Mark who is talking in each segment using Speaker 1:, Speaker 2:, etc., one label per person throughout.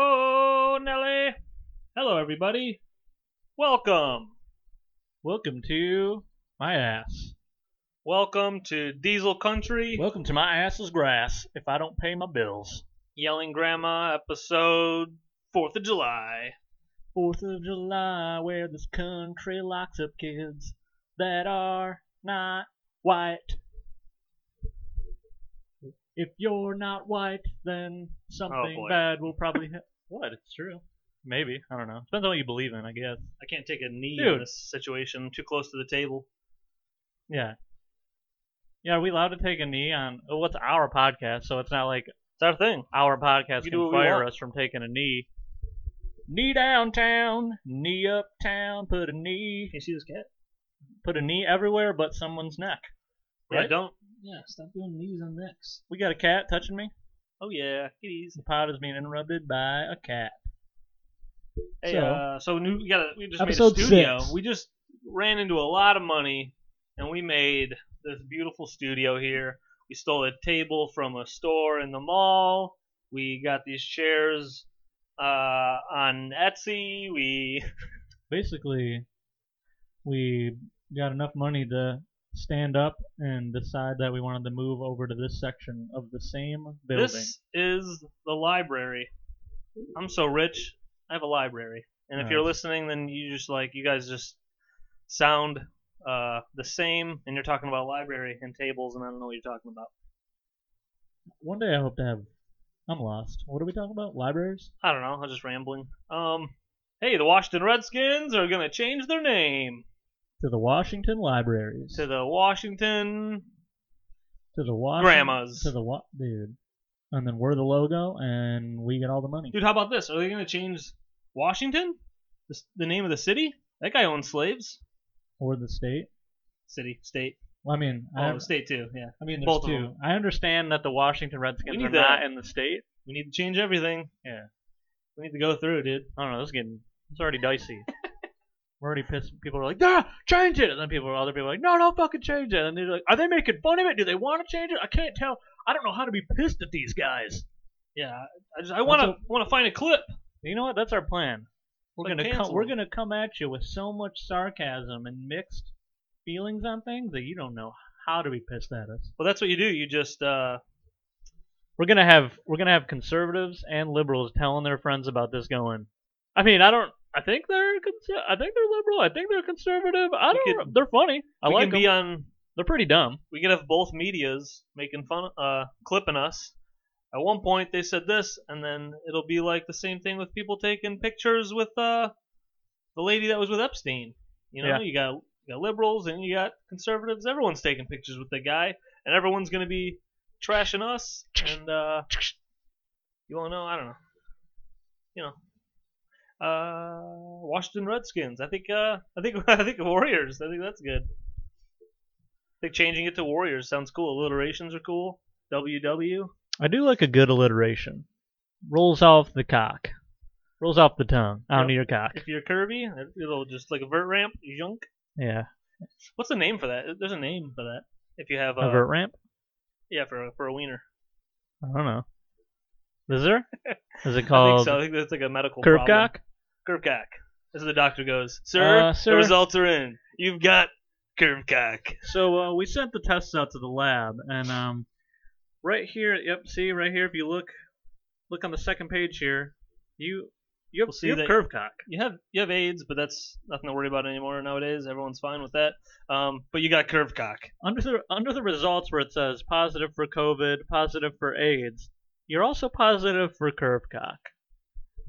Speaker 1: Ho, Nelly! Hello, everybody. Welcome.
Speaker 2: Welcome to my ass.
Speaker 1: Welcome to Diesel Country,
Speaker 2: Welcome to my ass's grass if I don't pay my bills.
Speaker 1: Yelling Grandma, episode 4th of July.
Speaker 2: Fourth of July, where this country locks up kids that are not white. If you're not white, then something
Speaker 1: Oh, boy.
Speaker 2: bad will probably happen. What? It's true. Maybe. I don't know. Depends on what you believe in, I guess.
Speaker 1: I can't take a knee in
Speaker 2: Dude.
Speaker 1: this situation. I'm too close to the table.
Speaker 2: Yeah. Yeah, are we allowed to take a knee on well, what's our podcast? So it's not like
Speaker 1: It's our thing.
Speaker 2: our podcast
Speaker 1: We do
Speaker 2: can
Speaker 1: what we
Speaker 2: fire
Speaker 1: want.
Speaker 2: us from taking a knee. Knee downtown, knee uptown, put a knee,
Speaker 1: Can you see this cat?
Speaker 2: put a knee everywhere but someone's neck.
Speaker 1: Yeah,
Speaker 2: Right?
Speaker 1: don't.
Speaker 3: Yeah, stop doing knees on necks.
Speaker 2: We got a cat touching me.
Speaker 1: Oh, yeah. Kitties.
Speaker 2: The pod is being interrupted by a cat.
Speaker 1: Hey,
Speaker 3: So-
Speaker 1: uh, so new, we, got a, we just
Speaker 3: Episode
Speaker 1: made a studio.
Speaker 3: six.
Speaker 1: We just ran into a lot of money, and we made this beautiful studio here. We stole a table from a store in the mall. We got these chairs uh, on Etsy. We
Speaker 2: Basically, we got enough money to stand up and decide that we wanted to move over to this section of the same building.
Speaker 1: this is the library. I'm so rich. I have a library, and if
Speaker 2: Nice.
Speaker 1: you're listening, then you just like you guys just sound uh, the same, and you're talking about library and tables, and I don't know what you're talking about.
Speaker 2: One day I hope to have. I'm lost. What are we talking about? Libraries?
Speaker 1: I don't know. I'm just rambling. Um, hey, the Washington Redskins are gonna change their name
Speaker 2: To the Washington Libraries.
Speaker 1: to the Washington.
Speaker 2: to the Washington,
Speaker 1: Grandmas.
Speaker 2: to the wa- dude, and then we're the logo, and we get all the money.
Speaker 1: Dude, how about this? Are they gonna change Washington, the, s- the name of the city? That guy owns slaves.
Speaker 2: Or the state.
Speaker 1: City, state.
Speaker 2: Well, I mean, I,
Speaker 1: Oh, the state too. Yeah.
Speaker 2: I mean, there's
Speaker 1: both of
Speaker 2: two.
Speaker 1: them.
Speaker 2: I understand that the Washington
Speaker 1: We
Speaker 2: Redskins
Speaker 1: need
Speaker 2: are not
Speaker 1: that.
Speaker 2: in the state.
Speaker 1: We need to change everything.
Speaker 2: Yeah.
Speaker 1: We need to go through, dude.
Speaker 2: I don't know. This is getting it's already dicey. We're already pissed. People are like, "Nah, change it," and then people, other people, are like, "No, don't fucking change it." And they're like, "Are they making fun of it? Do they want to change it? I can't tell. I don't know how to be pissed at these guys."
Speaker 1: Yeah. I just I wanna
Speaker 2: Also-
Speaker 1: wanna find a clip.
Speaker 2: You know what? That's our plan. We're
Speaker 1: Like
Speaker 2: gonna
Speaker 1: cancel
Speaker 2: come. We're
Speaker 1: them.
Speaker 2: gonna come at you with so much sarcasm and mixed feelings on things that you don't know how to be pissed at us.
Speaker 1: Well, that's what you do. You just uh.
Speaker 2: We're gonna have we're gonna have conservatives and liberals telling their friends about this. Going, I mean, I don't. I think they're conser- I think they're liberal. I think they're conservative. I
Speaker 1: We
Speaker 2: don't.
Speaker 1: could-
Speaker 2: they're funny. I
Speaker 1: we
Speaker 2: like
Speaker 1: can
Speaker 2: them.
Speaker 1: be on
Speaker 2: they're pretty dumb.
Speaker 1: we could have both medias making fun, uh, clipping us. At one point, they said this, and then it'll be like the same thing with people taking pictures with uh, the lady that was with Epstein. You know,
Speaker 2: Yeah.
Speaker 1: you got you got liberals and you got conservatives. Everyone's taking pictures with the guy, and everyone's gonna be trashing us. And uh, you all know, I don't know, you know. Uh, Washington Redskins. I think. Uh, I think. I think Warriors. I think that's good. I think changing it to Warriors sounds cool. Alliterations are cool. WW.
Speaker 2: I do like a good alliteration. Rolls off the cock. Rolls off the tongue. Onto your cock.
Speaker 1: If you're curvy, it'll just like a vert ramp. Junk.
Speaker 2: Yeah.
Speaker 1: What's the name for that? There's a name for that. If you have uh,
Speaker 2: A vert ramp.
Speaker 1: yeah, for a, for a wiener.
Speaker 2: I don't know. Is there? Is it
Speaker 1: I think
Speaker 2: called
Speaker 1: so. I think that's like a medical
Speaker 2: curve
Speaker 1: problem.
Speaker 2: cock?
Speaker 1: Curve cock. As the doctor goes, sir,
Speaker 2: Uh,
Speaker 1: the
Speaker 2: sir."
Speaker 1: results are in. You've got curve cock.
Speaker 2: So uh, we sent the tests out to the lab, and um, right here, yep, see right here. If you look, look on the second page here, you you have,
Speaker 1: We'll see
Speaker 2: you have
Speaker 1: that-
Speaker 2: curve cock.
Speaker 1: You have you have AIDS, but that's nothing to worry about anymore nowadays. Everyone's fine with that. Um, but you got curve cock.
Speaker 2: Under the under the results where it says positive for COVID, positive for AIDS, you're also positive for curve cock.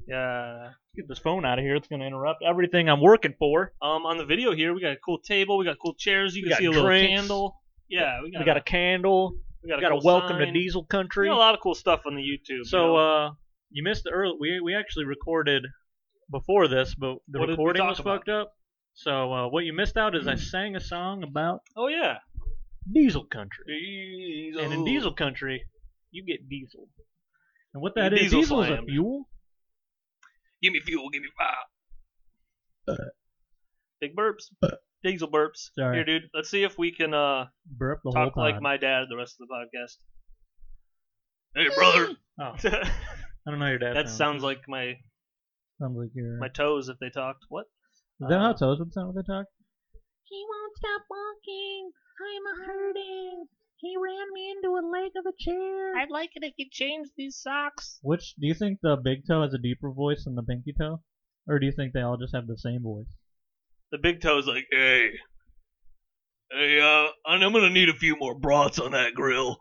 Speaker 1: Yeah.
Speaker 2: Get this phone out of here. It's gonna interrupt everything I'm working for.
Speaker 1: Um, on the video here, we got a cool table. We got cool chairs.
Speaker 2: We
Speaker 1: You can
Speaker 2: got
Speaker 1: see a little
Speaker 2: drinks.
Speaker 1: candle. Yeah, we got,
Speaker 2: We got a candle.
Speaker 1: we got
Speaker 2: We got a
Speaker 1: cool
Speaker 2: welcome to
Speaker 1: sign.
Speaker 2: Diesel
Speaker 1: We
Speaker 2: Country.
Speaker 1: got a lot of cool stuff on the YouTube.
Speaker 2: So
Speaker 1: you know?
Speaker 2: uh, you missed the early. We we actually recorded before this, but the
Speaker 1: What did we
Speaker 2: recording
Speaker 1: talk
Speaker 2: was
Speaker 1: about?
Speaker 2: fucked up. So uh, what you missed out is I sang a song about
Speaker 1: oh yeah,
Speaker 2: diesel country,
Speaker 1: diesel.
Speaker 2: and in diesel country, you get diesel. And what that
Speaker 1: You
Speaker 2: is,
Speaker 1: diesel
Speaker 2: diesel is a
Speaker 1: slammed.
Speaker 2: fuel.
Speaker 1: give me fuel, give me fire. Big burps, diesel burps.
Speaker 2: Uh, Sorry.
Speaker 1: Here, dude. Let's see if we can uh
Speaker 2: Burp the
Speaker 1: talk
Speaker 2: whole
Speaker 1: like
Speaker 2: time.
Speaker 1: my dad the rest of the podcast. Hey, brother.
Speaker 2: Oh. I don't know your dad.
Speaker 1: That sounds like my
Speaker 2: sounds like your.
Speaker 1: my toes if they talked. What?
Speaker 2: Is that how
Speaker 1: uh,
Speaker 2: toes would sound when they talk?
Speaker 4: He won't stop walking. I'm a hurting. He ran me into a leg of a chair. I'd like it if you changed these socks.
Speaker 2: Which do you think the big toe has a deeper voice than the pinky toe, or do you think they all just have the same voice?
Speaker 1: The big toe's like, hey, hey, uh, I'm gonna need a few more brats on that grill.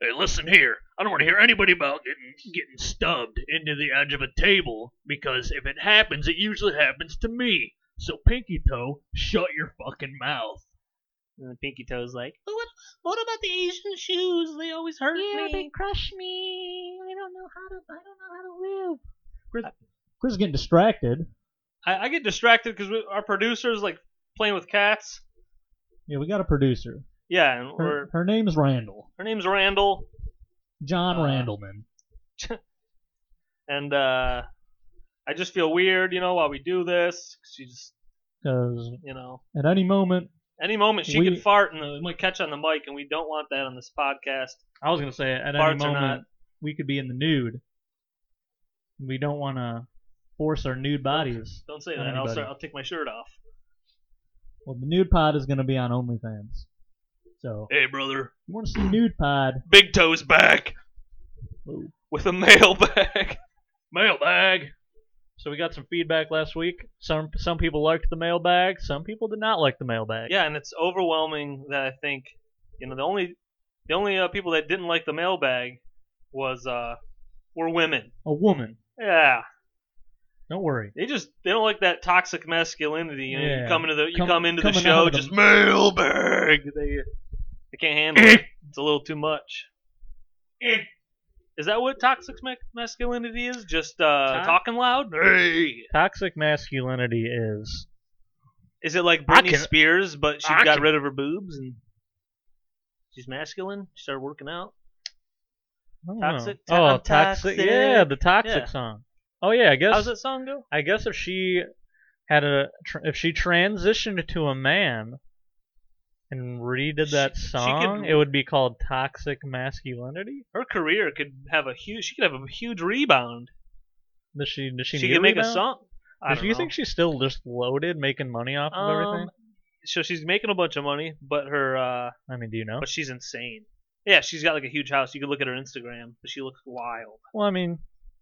Speaker 2: Hey, listen here. I don't want to hear anybody about getting getting stubbed into the edge of a table because if it happens, it usually happens to me. So pinky toe, shut your fucking mouth.
Speaker 1: And the pinky toe's like,
Speaker 4: But what, what about the Asian shoes? They always hurt yeah,
Speaker 1: me.
Speaker 4: they crush me. I don't know how to. I don't know how to live.
Speaker 2: Chris is getting distracted.
Speaker 1: I, I get distracted because our producer's like playing with cats.
Speaker 2: Yeah, we got a producer.
Speaker 1: Yeah,
Speaker 4: Hmm.
Speaker 1: and
Speaker 2: Her,
Speaker 1: we're
Speaker 2: her name's Randall.
Speaker 1: her name's Randall,
Speaker 2: John
Speaker 1: Uh,
Speaker 2: Randleman.
Speaker 1: and uh, I just feel weird, you know, while we do this. She's,
Speaker 2: Because
Speaker 1: you know,
Speaker 2: at any moment,
Speaker 1: any moment she
Speaker 2: We-
Speaker 1: could fart and it might catch on the mic, and we don't want that on this podcast.
Speaker 2: I was gonna say at any
Speaker 1: Farts
Speaker 2: moment
Speaker 1: or not.
Speaker 2: we could be in the nude. We don't want to force our nude bodies.
Speaker 1: Don't say
Speaker 2: Not
Speaker 1: that. I'll,
Speaker 2: anybody.
Speaker 1: start, I'll take my shirt off.
Speaker 2: Well, the nude pod is gonna be on OnlyFans. So
Speaker 1: Hey, brother,
Speaker 2: you want to see nude pod?
Speaker 1: Big Toe's back
Speaker 2: Ooh.
Speaker 1: with a mailbag.
Speaker 2: mailbag. So we got some feedback last week. Some some people liked the mailbag. Some people did not like the mailbag.
Speaker 1: Yeah, and it's overwhelming that I think you know the only the only uh, people that didn't like the mailbag was uh were women.
Speaker 2: A woman.
Speaker 1: Yeah,
Speaker 2: Don't worry.
Speaker 1: they just they don't like that toxic masculinity. You, know, you
Speaker 2: Yeah.
Speaker 1: come into the you
Speaker 2: Come-
Speaker 1: come into the
Speaker 2: coming
Speaker 1: show
Speaker 2: out of the-
Speaker 1: just mailbag. They they can't handle it. It's a little too much.
Speaker 2: Eh.
Speaker 1: Is that what toxic ma- masculinity is? Just uh,
Speaker 2: Tox-
Speaker 1: talking loud?
Speaker 2: Toxic masculinity is.
Speaker 1: Is it like
Speaker 2: I
Speaker 1: Britney
Speaker 2: can-
Speaker 1: Spears, but she
Speaker 2: I
Speaker 1: got
Speaker 2: can-
Speaker 1: rid of her boobs and she's masculine? She started working out.
Speaker 2: I don't
Speaker 1: Toxic-
Speaker 2: Know. Oh,
Speaker 1: I'm
Speaker 2: toxic.
Speaker 1: toxic.
Speaker 2: Yeah, the toxic
Speaker 1: Yeah.
Speaker 2: song. Oh yeah, I
Speaker 1: How's
Speaker 2: guess.
Speaker 1: that song go?
Speaker 2: I guess if she had a tr- if she transitioned to a man and redid
Speaker 1: She-
Speaker 2: that
Speaker 1: she could-
Speaker 2: song, it would be called toxic masculinity.
Speaker 1: her career could have a huge. She could have a huge rebound.
Speaker 2: Does she? Does she?
Speaker 1: She,
Speaker 2: need
Speaker 1: could make a
Speaker 2: rebound?
Speaker 1: song. I
Speaker 2: Does
Speaker 1: don't
Speaker 2: you
Speaker 1: know.
Speaker 2: think she's still just loaded, making money off of everything?
Speaker 1: Um, so she's making a bunch of money, but her, uh,
Speaker 2: I mean, do you know?
Speaker 1: but she's insane. Yeah, she's got like a huge house. You could look at her Instagram, but she looks wild.
Speaker 2: Well, I mean,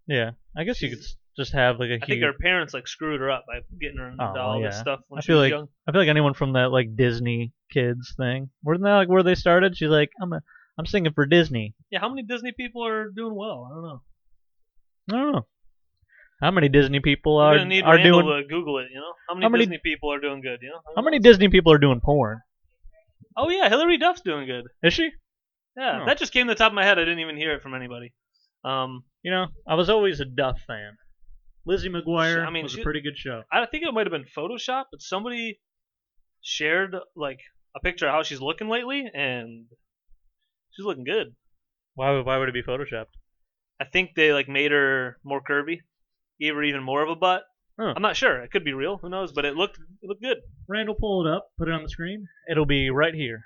Speaker 2: yeah. I guess you could s- just have like a huge.
Speaker 1: I think her parents like screwed her up by getting her into
Speaker 2: Oh,
Speaker 1: all this
Speaker 2: yeah.
Speaker 1: stuff when
Speaker 2: I
Speaker 1: she
Speaker 2: feel
Speaker 1: was
Speaker 2: like-
Speaker 1: young.
Speaker 2: I feel like anyone from that like Disney kids thing. Wasn't that like where they started? She's like, I'm a, I'm singing for Disney.
Speaker 1: Yeah, how many Disney people are doing well? I don't know.
Speaker 2: I don't know. How many Disney people
Speaker 1: We're
Speaker 2: are
Speaker 1: gonna need
Speaker 2: are
Speaker 1: Randall
Speaker 2: doing?
Speaker 1: to Google it. You know, how many,
Speaker 2: How many-
Speaker 1: Disney people are doing good? You know,
Speaker 2: How many Disney people are doing porn?
Speaker 1: Oh yeah, Hillary Duff's doing good.
Speaker 2: Is she?
Speaker 1: Yeah,
Speaker 2: Oh.
Speaker 1: that just came to the top of my head. I didn't even hear it from anybody. Um,
Speaker 2: You know, I was always a Duff fan. Lizzie McGuire
Speaker 1: I mean,
Speaker 2: was
Speaker 1: she-
Speaker 2: a pretty good show.
Speaker 1: I think it might have been Photoshop, but somebody shared like a picture of how she's looking lately, and she's looking good.
Speaker 2: Why would why would it be photoshopped?
Speaker 1: I think they like made her more curvy, gave her even more of a butt.
Speaker 2: Huh.
Speaker 1: I'm not sure. It could be real. Who knows? But it looked it looked good.
Speaker 2: Randall, pull it up, put it on the screen. It'll be right here.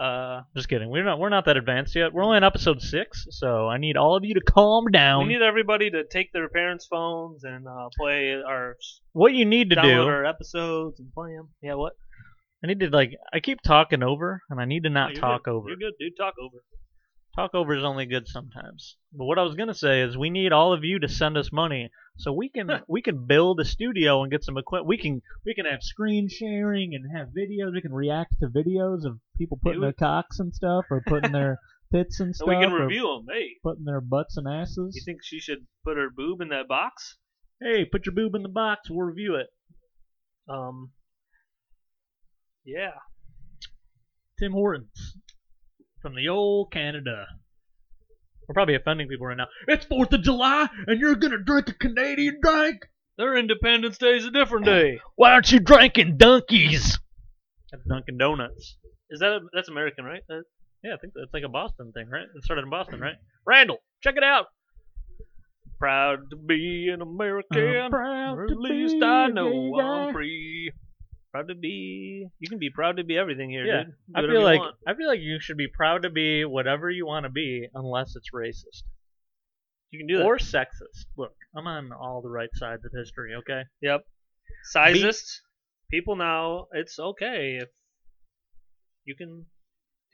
Speaker 1: Uh,
Speaker 2: Just kidding. We're not we're not that advanced yet. We're only on episode six, so I need all of you to calm
Speaker 1: we
Speaker 2: down.
Speaker 1: need everybody to take their parents' phones and uh, play our
Speaker 2: what you need to
Speaker 1: download
Speaker 2: do.
Speaker 1: our episodes and play them. Yeah, what?
Speaker 2: I need to like I keep talking over, and I need to
Speaker 1: No,
Speaker 2: not
Speaker 1: you're
Speaker 2: talk
Speaker 1: good.
Speaker 2: over.
Speaker 1: You're good, dude. Talk over.
Speaker 2: Talk over is only good sometimes. But what I was gonna say is we need all of you to send us money so we can we can build a studio and get some equipment. We can we can have screen sharing and have videos. We can react to videos of people putting
Speaker 1: Dude.
Speaker 2: their cocks and stuff, or putting their tits and stuff,
Speaker 1: And we can
Speaker 2: or
Speaker 1: review them. Hey,
Speaker 2: putting their butts and asses.
Speaker 1: you think she should put her boob in that box?
Speaker 2: hey, put your boob in the box. We'll review it.
Speaker 1: Um, yeah.
Speaker 2: Tim Hortons from the old Canada. We're probably offending people right now. It's Fourth of July, and you're gonna drink a Canadian drink.
Speaker 1: Their Independence Day is a different day.
Speaker 2: Why aren't you drinking donkeys? That's Dunkin' Donuts.
Speaker 1: Is that a, that's American, right? That,
Speaker 2: Yeah, I think that's like a Boston thing, right? It started in Boston, right? Randall, check it out.
Speaker 1: proud to be an American.
Speaker 2: proud
Speaker 1: or at least I know I'm free. Proud to be. You can be proud to be everything here,
Speaker 2: Yeah,
Speaker 1: dude. Do
Speaker 2: I
Speaker 1: whatever
Speaker 2: feel
Speaker 1: you
Speaker 2: like
Speaker 1: want.
Speaker 2: I feel like you should be proud to be whatever you want to be, unless it's racist
Speaker 1: you can do that.
Speaker 2: or sexist. Look, I'm on all the right sides of history. Okay.
Speaker 1: Yep. Sizest people now. It's okay if you can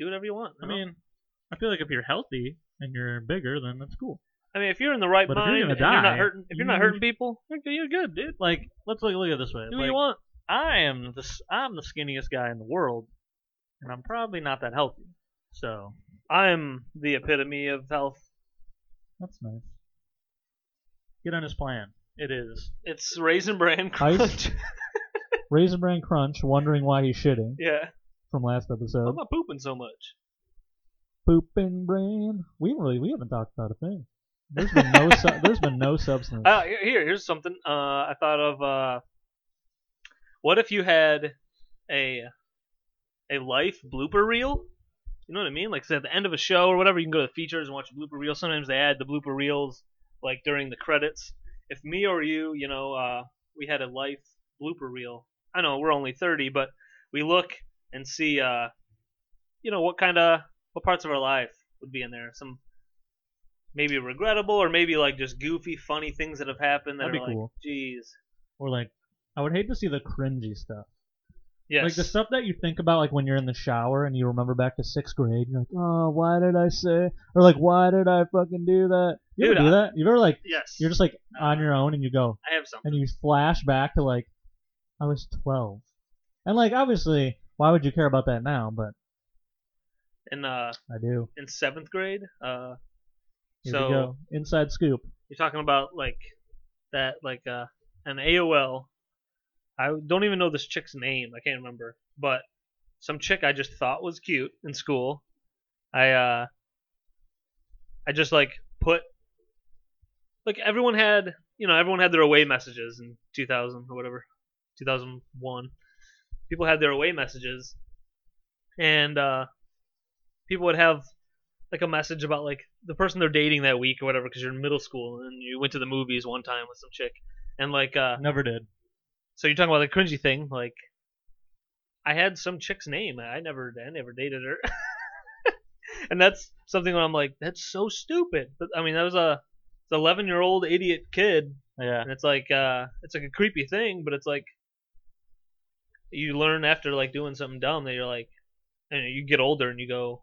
Speaker 1: do whatever you want.
Speaker 2: I
Speaker 1: you know?
Speaker 2: mean, I feel like if you're healthy and you're bigger, then that's cool.
Speaker 1: I mean, if you're in the right
Speaker 2: But if you're
Speaker 1: mind,
Speaker 2: gonna
Speaker 1: and you're
Speaker 2: die,
Speaker 1: not hurting. If you're not
Speaker 2: you-
Speaker 1: hurting people, you're, you're good, dude.
Speaker 2: Like, let's look, look at it this way.
Speaker 1: Do what
Speaker 2: like,
Speaker 1: you want.
Speaker 2: I am the s- I'm the skinniest guy in the world, and I'm probably not that healthy. So
Speaker 1: I'm the epitome of health.
Speaker 2: that's nice. Get on his plan. It is.
Speaker 1: It's raisin bran
Speaker 5: Ice?
Speaker 1: crunch.
Speaker 5: Raisin Bran Crunch wondering why he's shitting
Speaker 1: yeah.
Speaker 5: from last
Speaker 1: Why
Speaker 5: episode.
Speaker 1: am I pooping so much?
Speaker 5: Poopin' Bran. We haven't really we haven't talked about a thing. There's been no su- there's been no substance.
Speaker 1: Uh, here, here- here's something uh, I thought of. Uh, what if you had a a life blooper reel? You know what I mean? Like, say at the end of a show or whatever, you can go to the features and watch a blooper reel. Sometimes they add the blooper reels like during the credits. If me or you, you know, uh, we had a life blooper reel. I know we're only 30, but we look and see, uh, you know, what kind of what parts of our life would be in there. Some maybe regrettable or maybe like just goofy, funny things that have happened that
Speaker 5: That'd be
Speaker 1: are like,
Speaker 5: cool.
Speaker 1: jeez,
Speaker 5: Or like I would hate to see the cringy stuff.
Speaker 1: yes,
Speaker 5: Like the stuff that you think about, like when you're in the shower and you remember back to sixth grade. You're like, oh, why did I say? Or like, why did I fucking do that? You ever
Speaker 1: Dude,
Speaker 5: do
Speaker 1: I-
Speaker 5: that? You ever like
Speaker 1: yes.
Speaker 5: you're just like on your own and you go
Speaker 1: I have something.
Speaker 5: and you flash back to like I was 12, and like obviously, why would you care about that now? But
Speaker 1: In uh,
Speaker 5: I do.
Speaker 1: in seventh grade, uh,
Speaker 5: Here
Speaker 1: so
Speaker 5: we go. Inside scoop.
Speaker 1: you're talking about like that, like uh, an AOL. I don't even know this chick's name. I can't remember, but some chick I just thought was cute in school. I uh, I just like put like everyone had you know everyone had their away messages in 2000 or whatever 2001 people had their away messages and uh people would have like a message about like the person they're dating that week or whatever because you're in middle school and you went to the movies one time with some chick and like uh
Speaker 2: Never did.
Speaker 1: so you're talking about the cringy thing like i had some chick's name i never i never dated her and that's something where i'm like that's so stupid but i mean that was a 11 year old idiot kid
Speaker 2: Yeah.
Speaker 1: and it's like uh it's like a creepy thing but it's like you learn after like doing something dumb that you're like and you get older and you go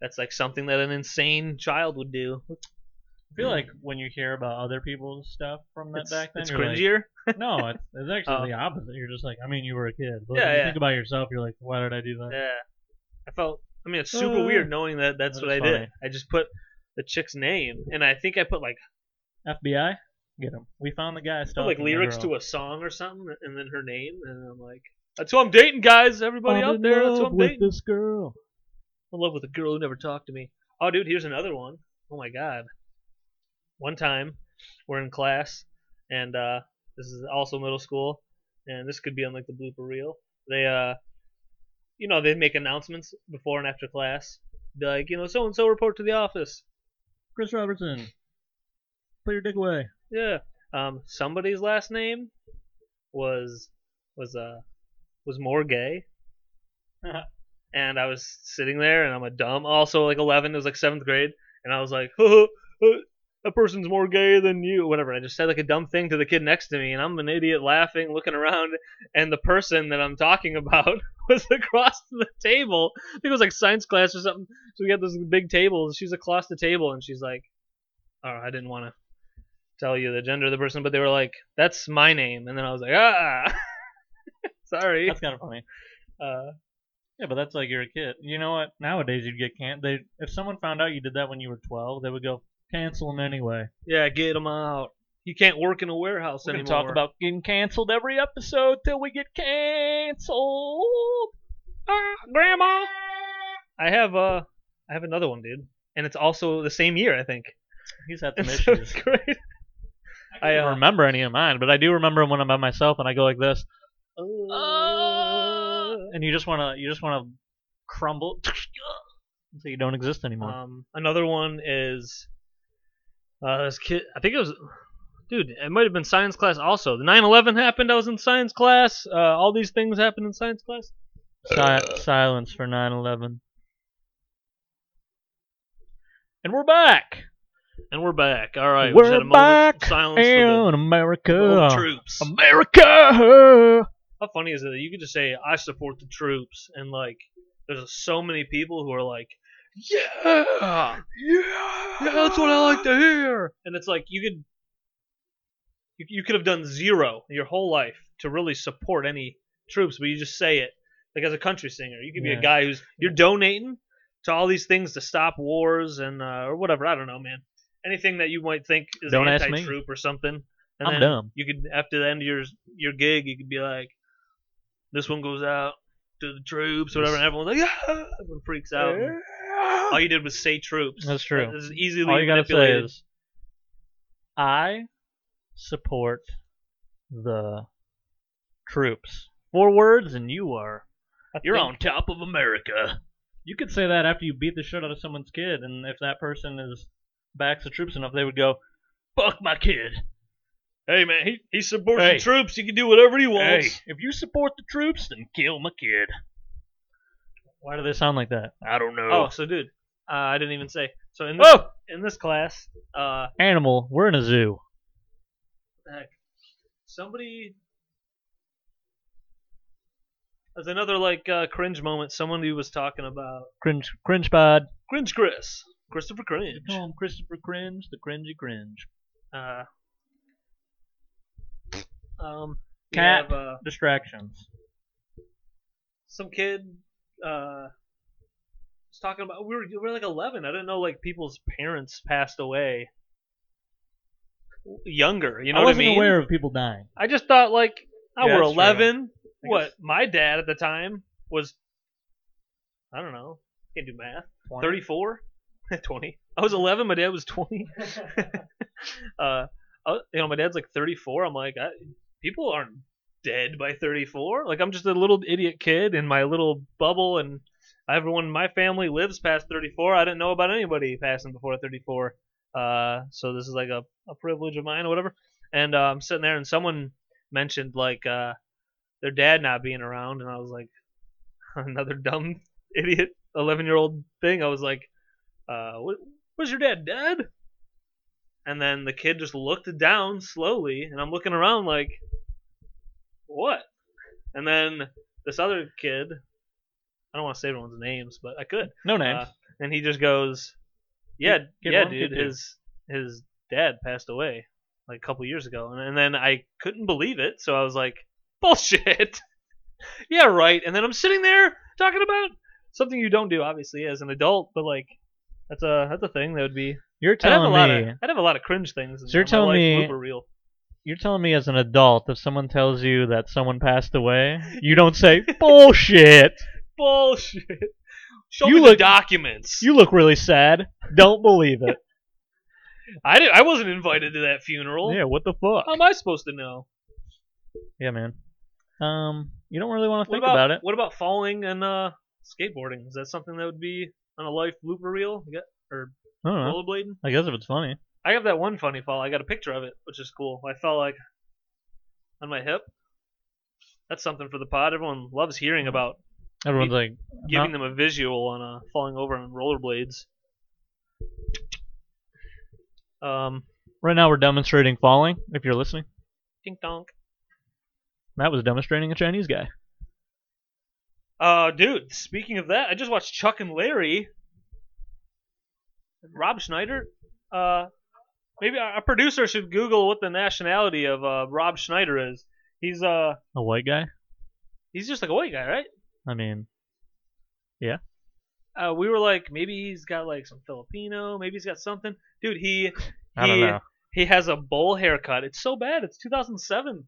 Speaker 1: that's like something that an insane child would do
Speaker 2: I feel like when you hear about other people's stuff from that
Speaker 1: it's,
Speaker 2: back then,
Speaker 1: it's
Speaker 2: you're like,
Speaker 1: cringier
Speaker 2: no, it's, it's actually
Speaker 1: Oh.
Speaker 2: the opposite. You're just like, I mean, you were a kid. But
Speaker 1: Yeah,
Speaker 2: when you
Speaker 1: yeah.
Speaker 2: think about yourself, you're like, why did I do that?
Speaker 1: yeah i felt i mean it's super
Speaker 2: Uh,
Speaker 1: weird knowing that that's
Speaker 2: that
Speaker 1: what i
Speaker 2: is
Speaker 1: did
Speaker 2: funny.
Speaker 1: i just put the chick's name and i think i put like
Speaker 2: FBI, get him. We found the guy
Speaker 1: put
Speaker 2: stalking
Speaker 1: like lyrics
Speaker 2: the
Speaker 1: to
Speaker 2: girl.
Speaker 1: a song or something and then her name and i'm like that's who i'm dating guys everybody
Speaker 5: I'm
Speaker 1: out
Speaker 5: in
Speaker 1: there that's who
Speaker 5: love
Speaker 1: i'm
Speaker 5: with
Speaker 1: dating
Speaker 5: this girl.
Speaker 1: I'm in love with a girl who never talked to me. Oh, dude, here's another one. Oh my god. One time, we're in class, and uh, this is also middle school, and this could be on like the blooper reel. They, uh, you know, they make announcements before and after class. Be like, you know, so and so report to the office.
Speaker 2: Chris Robertson. Put your dick away.
Speaker 1: Yeah. Um, somebody's last name was was uh was more gay. and I was sitting there, and I'm a dumb. Also, like 11, it was like seventh grade, and I was like, "Huh, huh, that person's more gay than you, whatever. I just said like a dumb thing to the kid next to me, and I'm an idiot laughing, looking around, and the person that I'm talking about was across the table. I think it was like science class or something. So we got this big table. and She's across the table, and she's like, "Oh, I didn't want to." Tell you the gender of the person, but they were like, "That's my name," and then I was like, "Ah, sorry."
Speaker 2: That's kind of funny.
Speaker 1: Uh,
Speaker 2: Yeah, but that's like you're a kid. You know what? Nowadays you'd get can they if someone found out you did that when you were 12, they would go cancel him anyway.
Speaker 1: Yeah, get him out. You can't work in a warehouse
Speaker 2: We're gonna
Speaker 1: anymore.
Speaker 2: talk about getting canceled every episode till we get canceled. Ah, grandma.
Speaker 1: I have uh, I have another one, dude, and it's also the same year, I think.
Speaker 2: He's had some
Speaker 1: And so
Speaker 2: issues.
Speaker 1: it's great. uh,
Speaker 2: I uh, don't remember any of mine, but I do remember when I'm by myself and I go like this,
Speaker 1: Uh,
Speaker 2: Uh, and you just wanna you just wanna crumble, so you don't Ah! exist anymore.
Speaker 1: Um, another one is uh, this kid. I think it was, I Dude, it might have been science class also. The 9/11 happened. I was in science class. Uh, all these things happened in science class.
Speaker 2: Uh, Si- silence for 9/11. And we're back.
Speaker 1: And we're back. All right, we
Speaker 2: We're
Speaker 1: just had a moment
Speaker 2: back
Speaker 1: of silence for
Speaker 2: in
Speaker 1: the old
Speaker 2: America.
Speaker 1: troops.
Speaker 2: America.
Speaker 1: How funny is it that you could just say I support the troops and like there's so many people who are like yeah
Speaker 2: Yeah.
Speaker 1: yeah that's what I like to hear and it's like you could you, you could have done zero your whole life to really support any troops but you just say it like as a country singer you could be
Speaker 2: Yeah.
Speaker 1: a guy who's you're donating to all these things to stop wars and uh, or whatever I don't know man anything that you might think is
Speaker 2: Don't ask me.
Speaker 1: anti-troop or something and
Speaker 2: I'm
Speaker 1: then
Speaker 2: dumb.
Speaker 1: you could after the end of your your gig, you could be like, "This one goes out to the troops, or whatever." And everyone's like, "Yeah!" Everyone freaks
Speaker 2: Um,
Speaker 1: out. and All you did was say troops.
Speaker 2: That's true.
Speaker 1: This is easily
Speaker 2: All you gotta say
Speaker 1: manipulated.
Speaker 2: is, I support the troops. Four words, and you are you're on top of America. You could say that after you beat the shit out of someone's kid, and if that person is backs the troops enough, they would go, "Fuck my kid."
Speaker 1: "Hey man, he, he supports
Speaker 2: Hey.
Speaker 1: the troops. He can do whatever he
Speaker 2: Hey,
Speaker 1: wants."
Speaker 2: if you support the troops, then kill my kid. Why do they sound like that? I don't know.
Speaker 1: Oh, so dude, uh, I didn't even say. So in this,
Speaker 2: Whoa!
Speaker 1: in this class, uh,
Speaker 2: Animal, we're in a zoo.
Speaker 1: somebody there's another like uh, cringe moment. Someone who was talking about
Speaker 2: Cringe, cringe pod.
Speaker 1: cringe Chris, Christopher Cringe.
Speaker 2: Call him Christopher Cringe, the cringy cringe.
Speaker 1: Uh, um, we
Speaker 2: Cat.
Speaker 1: have, uh,
Speaker 2: Distractions.
Speaker 1: some kid uh, was talking about. We were, we were like 11. I didn't know like people's parents passed away younger. You know
Speaker 2: I
Speaker 1: what I
Speaker 2: wasn't
Speaker 1: mean?
Speaker 2: aware of people dying.
Speaker 1: I just thought like I
Speaker 2: Yeah,
Speaker 1: were
Speaker 2: that's true.
Speaker 1: 11.
Speaker 2: I
Speaker 1: What
Speaker 2: guess-
Speaker 1: my dad at the time was, I don't know. Can't do math. 34 20 i was 11 my dad was 20 uh I- you know my dad's like 34 i'm like I, people aren't dead by 34 like i'm just a little idiot kid in my little bubble and everyone in my family lives past 34 i didn't know about anybody passing before 34 uh so this is like a, a privilege of mine or whatever and uh, i'm sitting there and someone mentioned like uh their dad not being around and i was like another dumb idiot 11 year old thing. I was like, uh, what, was your dad dead? And then the kid just looked down slowly, and I'm looking around like, what? And then this other kid, I don't want to say everyone's names, but I could.
Speaker 2: No names.
Speaker 1: Uh, and he just goes, yeah,
Speaker 2: Kid- kid
Speaker 1: yeah,
Speaker 2: one,
Speaker 1: dude,
Speaker 2: kid two.
Speaker 1: his his dad passed away like a couple years ago, and, and then I couldn't believe it, so I was like, bullshit. yeah, right. And then I'm sitting there talking about something you don't do, obviously, as an adult, but like. That's a that's a thing that would be.
Speaker 2: you're
Speaker 1: I'd have a
Speaker 2: telling
Speaker 1: lot
Speaker 2: me.
Speaker 1: of I'd have a lot of cringe things. in
Speaker 2: So you're
Speaker 1: my
Speaker 2: telling
Speaker 1: life,
Speaker 2: me-
Speaker 1: blooper reel.
Speaker 2: You're telling me as an adult, if someone tells you that someone passed away, you don't say bullshit.
Speaker 1: bullshit. Show
Speaker 2: You
Speaker 1: me the
Speaker 2: look-
Speaker 1: documents.
Speaker 2: You look really sad. Don't believe it.
Speaker 1: I did, I wasn't invited to that funeral.
Speaker 2: yeah, what the fuck?
Speaker 1: How am I supposed to know?
Speaker 2: Yeah, man. Um, you don't really want to
Speaker 1: What
Speaker 2: think
Speaker 1: about,
Speaker 2: about it.
Speaker 1: What about falling and uh, skateboarding? Is that something that would be on a life blooper reel? You got- or
Speaker 2: I don't know.
Speaker 1: rollerblading?
Speaker 2: I guess if it's funny.
Speaker 1: I have that one funny fall. I got a picture of it, which is cool. I fell like on my hip. That's something for the pod. Everyone loves hearing about
Speaker 2: Everyone's like, Not-
Speaker 1: giving them a visual on uh, falling over on rollerblades. Um,
Speaker 2: right now we're demonstrating falling. If you're listening,
Speaker 1: ding dong.
Speaker 2: that was demonstrating a Chinese guy.
Speaker 1: Uh, dude, speaking of that, I just watched Chuck and Larry. Rob Schneider. Uh, maybe our our producer should Google what the nationality of uh, Rob Schneider is. He's uh,
Speaker 2: A white guy.
Speaker 1: he's just like a white guy, right?
Speaker 2: I mean,
Speaker 1: Uh, we were like, maybe he's got like some Filipino, maybe he's got something. Dude, he
Speaker 2: I don't
Speaker 1: He-
Speaker 2: know.
Speaker 1: he has a bowl haircut. It's so bad. It's 2007.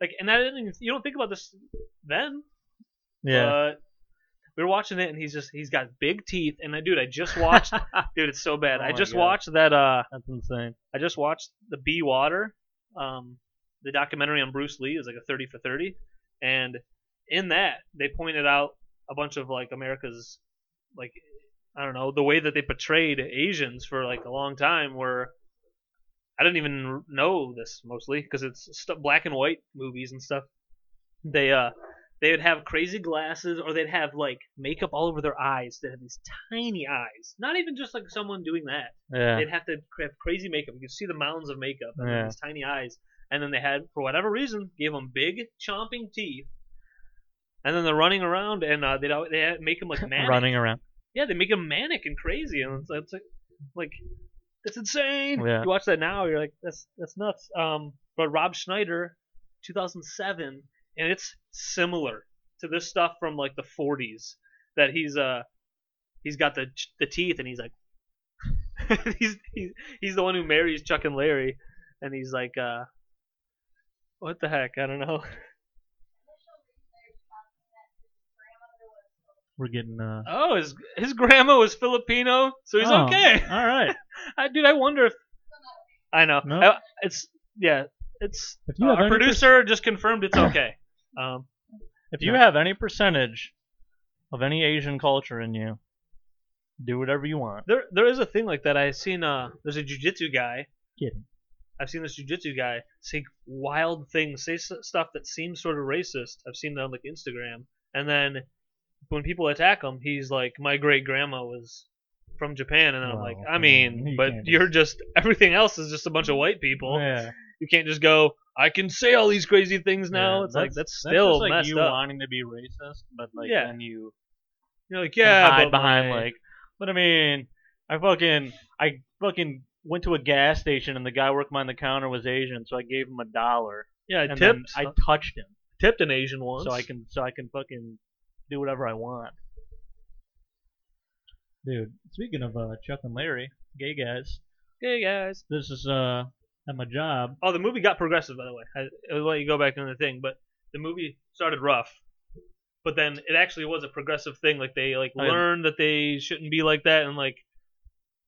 Speaker 1: Like, and I didn't. Even, you don't think about this then.
Speaker 2: Yeah.
Speaker 1: But we were watching it, and he's just he's got big teeth. And I, dude, I just watched. dude, it's so bad.
Speaker 2: Oh
Speaker 1: I
Speaker 2: my
Speaker 1: just
Speaker 2: God.
Speaker 1: watched that. Uh,
Speaker 2: That's insane.
Speaker 1: I just watched the Bee Water, um, the documentary on Bruce Lee is like a 30 for 30, and in that they pointed out a bunch of like America's like I don't know the way that they portrayed Asians for like a long time were I didn't even r- know this mostly because it's stu black and white movies and stuff. They uh they would have crazy glasses or they'd have like makeup all over their eyes. They would have these tiny eyes. Not even just like someone doing that.
Speaker 2: Yeah.
Speaker 1: They'd have to cr- have crazy makeup. You could see the mounds of makeup and then
Speaker 2: Yeah.
Speaker 1: these tiny eyes. And then they had, for whatever reason, gave them big chomping teeth. And then they're running around and uh, they'd al- they had- make them like manic.
Speaker 2: Running around.
Speaker 1: Yeah, they make them manic and crazy, and it's, it's like, like that's insane.
Speaker 2: Yeah.
Speaker 1: You watch that now, you're like, that's that's nuts. Um, but Rob Schneider, 2007, and it's similar to this stuff from like the 40s that he's uh he's got the the teeth, and he's like he's, he's he's the one who marries Chuck and Larry, and he's like uh what the heck? I don't know.
Speaker 2: We're getting. uh
Speaker 1: Oh, his his grandma was Filipino, so he's
Speaker 2: oh,
Speaker 1: okay.
Speaker 2: All right.
Speaker 1: I, dude, I wonder if I know.
Speaker 2: No?
Speaker 1: I- it's yeah. It's
Speaker 6: If you
Speaker 1: uh,
Speaker 6: have
Speaker 1: our
Speaker 6: any
Speaker 1: producer just confirmed it's okay. um,
Speaker 2: If you
Speaker 1: Yeah.
Speaker 2: have any percentage of any Asian culture in you, do whatever you want.
Speaker 1: there there is a thing like that. I've seen. Uh, there's a jujitsu guy.
Speaker 6: Kidding.
Speaker 1: I've seen this jujitsu guy say wild things, say s- stuff that seems sort of racist. I've seen that on like Instagram, and then when people attack him, he's like, "My great grandma was." From Japan, and then I'm
Speaker 6: Well,
Speaker 1: like,
Speaker 6: I
Speaker 1: I
Speaker 6: mean,
Speaker 1: mean,
Speaker 6: you
Speaker 1: but
Speaker 6: can't
Speaker 1: you're just everything else is just a bunch of white people.
Speaker 2: Yeah.
Speaker 1: You can't just go, I can say all these crazy things now.
Speaker 2: Yeah,
Speaker 1: it's like
Speaker 2: that's-
Speaker 1: that's
Speaker 2: That's
Speaker 1: still
Speaker 2: just like
Speaker 1: messed
Speaker 2: you
Speaker 1: up.
Speaker 2: wanting to be racist, but like
Speaker 1: Yeah.
Speaker 2: then you
Speaker 1: You're like,
Speaker 2: can
Speaker 1: yeah,
Speaker 2: hide
Speaker 1: but
Speaker 2: behind
Speaker 1: my-"
Speaker 2: like. But I mean, I fucking I fucking went to a gas station and the guy working behind the counter was Asian, so I gave him a dollar
Speaker 1: yeah, I
Speaker 2: and then
Speaker 1: tipped.
Speaker 2: I
Speaker 1: I
Speaker 2: touched him,
Speaker 1: tipped an Asian once.
Speaker 2: so I can so I can fucking do whatever I want.
Speaker 6: Dude,
Speaker 2: Speaking of uh, Chuck and Larry, gay guys,
Speaker 1: Hey guys.
Speaker 2: this is uh at my job.
Speaker 1: Oh, the movie got progressive, by the way. I, I'll let you go back into the thing, but the movie started rough, but then it actually was a progressive thing. Like they like
Speaker 2: I-
Speaker 1: learned that they shouldn't be like that, and like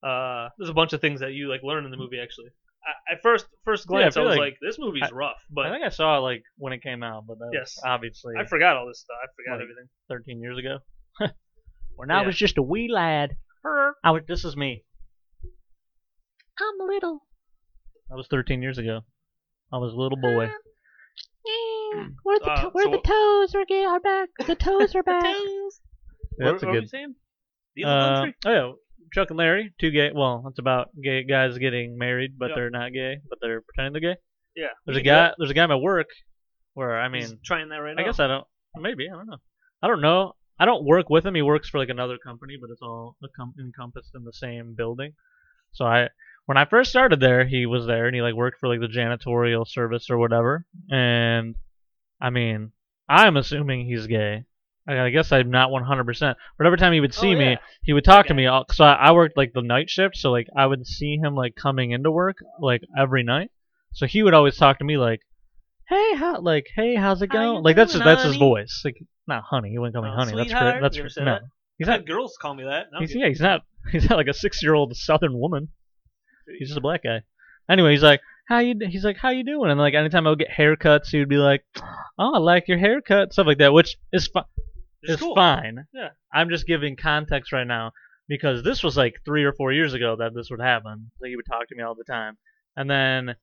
Speaker 1: uh, there's a bunch of things that you like learn in the movie. Actually, I, at first first
Speaker 2: Yeah, I
Speaker 1: glance, I,
Speaker 2: feel
Speaker 1: was
Speaker 2: like-
Speaker 1: like, this movie's
Speaker 2: I-
Speaker 1: rough,
Speaker 2: I
Speaker 1: but
Speaker 2: think I saw it like when it came out, but that
Speaker 1: Yes.
Speaker 2: was obviously
Speaker 1: I forgot all this stuff. I forgot
Speaker 2: Like-
Speaker 1: everything.
Speaker 2: 13 years ago. when I
Speaker 1: Yeah.
Speaker 2: was just a wee lad, I was. This is me.
Speaker 4: I'm little.
Speaker 2: I was 13 years ago. I was a little boy.
Speaker 4: Yeah.
Speaker 3: Mm.
Speaker 4: Where the
Speaker 1: Uh,
Speaker 4: to- where
Speaker 1: so
Speaker 4: the toes are, ga- are back? The toes are back.
Speaker 1: What- what were you saying? The other
Speaker 2: Uh,
Speaker 1: country?
Speaker 2: oh yeah, Chuck and Larry, two gay. Well, it's about gay guys getting married, but
Speaker 1: Yeah.
Speaker 2: they're not gay, but they're pretending they're gay.
Speaker 1: Yeah.
Speaker 2: There's
Speaker 1: we
Speaker 2: a
Speaker 1: can do
Speaker 2: guy.
Speaker 1: that.
Speaker 2: There's a guy at my work where I
Speaker 1: He's
Speaker 2: mean,
Speaker 1: trying that right now.
Speaker 2: I guess I don't. Maybe I don't know. I don't know. I don't work with him. He works for like another company, but it's all encom- encompassed in the same building. So I, when I first started there, he was there, and he like worked for like the janitorial service or whatever. And I mean, I'm assuming he's gay. I I guess I'm not 100%. But every time he would see
Speaker 1: Oh,
Speaker 2: me,
Speaker 1: yeah.
Speaker 2: he would talk to
Speaker 1: Okay.
Speaker 2: me. all- So I I worked like the night shift, so like I would see him like coming into work like every night. So he would always talk to me like, "Hey, how like hey, how's it
Speaker 4: How you
Speaker 2: going?" Like that's
Speaker 4: doing,
Speaker 2: that's his
Speaker 4: honey?
Speaker 2: voice. Like not honey. He wouldn't call me
Speaker 1: Oh,
Speaker 2: honey.
Speaker 1: sweetheart,
Speaker 2: That's
Speaker 1: you ever
Speaker 2: cr- that's
Speaker 1: say
Speaker 2: cr- no.
Speaker 1: that?
Speaker 2: He's
Speaker 1: I've
Speaker 2: not.
Speaker 1: had girls call me that. and I'm
Speaker 2: He's,
Speaker 1: good.
Speaker 2: yeah, he's not. He's not like a six year old Southern woman. He's just a black guy. Anyway, he's like, "How you?" d- He's like, "How you doing?" And like anytime I would get haircuts, he would be like, "Oh, I like your haircut," stuff like that, which is fine
Speaker 1: It's
Speaker 2: is
Speaker 1: cool.
Speaker 2: fine.
Speaker 1: Yeah.
Speaker 2: I'm just giving context right now because this was like three or four years ago that this would happen. Like he would talk to me all the time, and then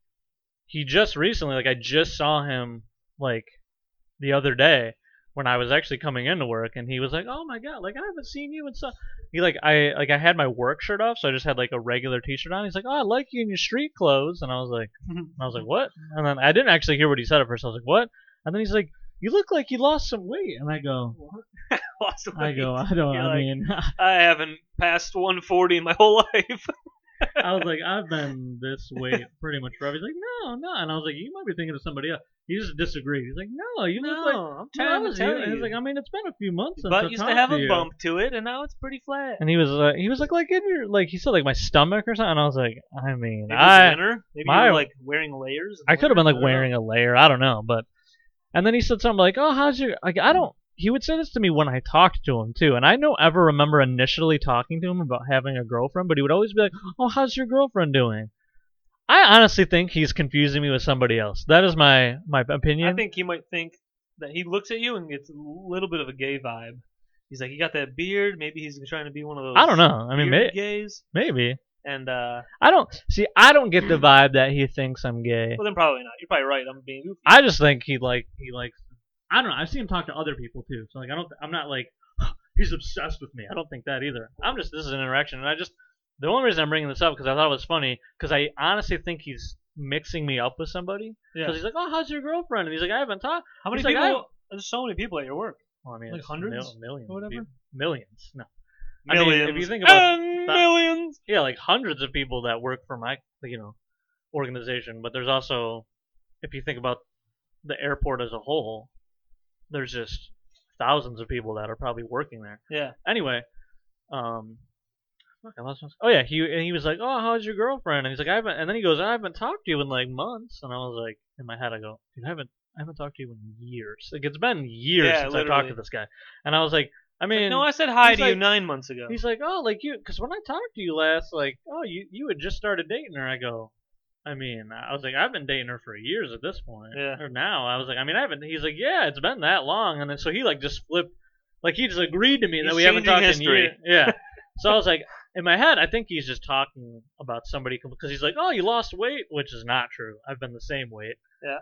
Speaker 2: he just recently, like I just saw him like the other day when I was actually coming into work, and he was like, "Oh my god, like I haven't seen you in so." He like I like I had my work shirt off, so I just had like a regular T-shirt on. He's like, "Oh, I like you in your street clothes," and I was like, I was like, "What?" And then I didn't actually hear what he said at first. I was like, "What?" And then he's like, "You look like you lost some weight," and I go,
Speaker 1: Lost
Speaker 6: I go,
Speaker 1: weight.
Speaker 6: I don't,
Speaker 1: You're
Speaker 6: I
Speaker 1: like-
Speaker 6: mean,
Speaker 1: I haven't passed 140 in my whole life.
Speaker 2: I was like, I've been this way pretty much forever. He's like, no, no. And I was like, you might be thinking of somebody else. He just disagreed. He's like, no, you look like
Speaker 1: I'm
Speaker 2: when I was you. And he's like, I mean, it's been a few months since I
Speaker 1: butt used to
Speaker 2: talked
Speaker 1: have
Speaker 2: to
Speaker 1: a
Speaker 2: you.
Speaker 1: bump to it, and now it's pretty flat.
Speaker 2: And he was like, he was like, like in your, like he said, like my stomach or something. And I was like, I mean,
Speaker 1: Maybe
Speaker 2: I,
Speaker 1: it's winter. Maybe
Speaker 2: my-
Speaker 1: you're like wearing layers. in
Speaker 2: I could have been
Speaker 1: winter.
Speaker 2: like wearing a layer. I don't know, but and then he said something like, "Oh, how's your like?" I don't. He would say this to me when I talked to him too, and I don't ever remember initially talking to him about having a girlfriend, but he would always be like, "Oh, how's your girlfriend doing?" I honestly think he's confusing me with somebody else. That is my my
Speaker 1: I,
Speaker 2: opinion.
Speaker 1: think he might think that he looks at you and gets a little bit of a gay vibe. He's like, you got that beard. Maybe he's trying to be one of those.
Speaker 2: I don't know. I mean,
Speaker 1: bearded
Speaker 2: may,
Speaker 1: gays.
Speaker 2: maybe
Speaker 1: And uh,
Speaker 2: I don't see. I don't get the vibe that he thinks I'm gay.
Speaker 1: well, then probably not. You're probably right. I'm being goofy.
Speaker 2: I just think he like he likes.
Speaker 7: I don't know. I've seen him talk to other people too. So like, I don't. I'm not like he's obsessed with me.
Speaker 2: I don't think that either. I'm just this is an interaction, and I just the only reason I'm bringing this up because I thought it was funny because I honestly think he's mixing me up with somebody
Speaker 1: Yeah.
Speaker 2: because he's like, oh, how's your girlfriend? And he's like, I haven't talked.
Speaker 1: How many
Speaker 2: He's like,
Speaker 1: people?
Speaker 2: I-
Speaker 1: there's so many people at your work.
Speaker 2: Well, I mean,
Speaker 1: Like
Speaker 2: it's
Speaker 1: hundreds
Speaker 2: mil- millions,
Speaker 1: or whatever?
Speaker 2: dude. millions. No, I mean, if
Speaker 1: Millions.
Speaker 2: you think about
Speaker 1: and
Speaker 2: that-
Speaker 1: millions.
Speaker 2: yeah, like hundreds of people that work for my you know organization. But there's also, if you think about the airport as a whole, there's just thousands of people that are probably working there.
Speaker 1: Yeah.
Speaker 2: Anyway, um, fuck, I lost my- oh yeah, he and he was like, oh, how's your girlfriend? And he's like, I haven't. And then he goes, I haven't talked to you in like months. And I was like, in my head, I go, dude, I haven't, I haven't talked to you in years. Like it's been years
Speaker 1: Yeah,
Speaker 2: since I talked
Speaker 1: literally.
Speaker 2: to this guy. And I was like, I
Speaker 1: Like,
Speaker 2: mean,
Speaker 1: no, I said hi
Speaker 2: he's
Speaker 1: to you
Speaker 2: like-
Speaker 1: nine months ago.
Speaker 2: He's like, oh, like you, because when I talked to you last, like, oh, you you had just started dating her. I go, I mean, I was like, I've been dating her for years at this point.
Speaker 1: Yeah.
Speaker 2: Or now, I was like, I mean, I haven't. He's like, yeah, it's been that long, and then so he like just flipped, like he just agreed to me
Speaker 1: He's
Speaker 2: that we haven't
Speaker 1: changing
Speaker 2: talked
Speaker 1: history.
Speaker 2: in years. Yeah. so I was like, in my head, I think he's just talking about somebody because he's like, oh, you lost weight, which is not true. I've been the same weight.
Speaker 1: Yeah.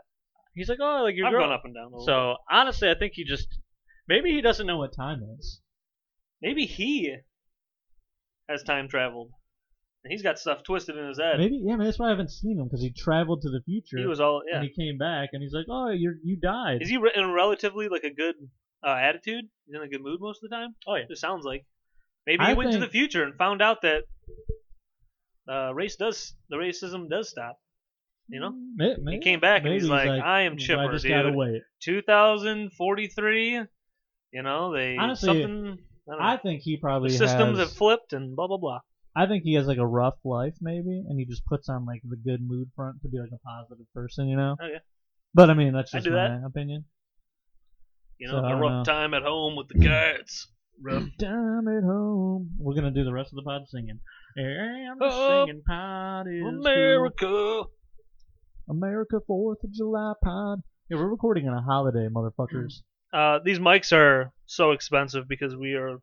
Speaker 2: He's like, oh, like your
Speaker 1: I've
Speaker 2: girl.
Speaker 1: gone up and down. A little bit.
Speaker 2: So honestly, I think he just maybe he doesn't know what time
Speaker 3: Time is.
Speaker 1: maybe he has time traveled, and he's got stuff twisted in his head.
Speaker 3: Maybe yeah, man. That's why I haven't seen him because he traveled to the future
Speaker 1: he was all yeah.
Speaker 3: and he came back and he's like, "Oh, you you died."
Speaker 1: Is he re- in a relatively like a good uh, attitude? He's in a good mood most of the time.
Speaker 2: Oh, yeah.
Speaker 1: it sounds like. Maybe
Speaker 3: I
Speaker 1: he went to
Speaker 3: think-
Speaker 1: the future and found out that uh, race does the racism does stop. You know,
Speaker 3: May- may-
Speaker 1: he came back and
Speaker 3: maybe
Speaker 1: he's like, "I am chipper,
Speaker 3: I just
Speaker 1: dude."
Speaker 3: gotta wait.
Speaker 1: 2043. You know, they
Speaker 3: Honestly,
Speaker 1: something. I, don't know,
Speaker 3: I think he
Speaker 1: the
Speaker 3: probably
Speaker 1: systems
Speaker 3: has,
Speaker 1: have flipped and blah blah blah.
Speaker 3: I think he has like a rough life maybe, and he just puts on like the good mood front to be like a positive person, you know.
Speaker 1: Oh, yeah.
Speaker 3: But I mean, that's
Speaker 1: I
Speaker 3: just
Speaker 1: do
Speaker 3: my
Speaker 1: that.
Speaker 3: opinion.
Speaker 1: You
Speaker 3: So,
Speaker 1: know,
Speaker 3: I
Speaker 1: a
Speaker 3: don't
Speaker 1: rough
Speaker 3: know. Hmm.
Speaker 1: time at home with the kids. rough.
Speaker 3: Time at home. We're gonna do the rest of the pod singing. And the
Speaker 1: Up
Speaker 3: singing pod is cool.
Speaker 1: America.
Speaker 3: America Fourth of July pod. Yeah, we're recording on a holiday, motherfuckers.
Speaker 1: Uh, these mics are so expensive because we are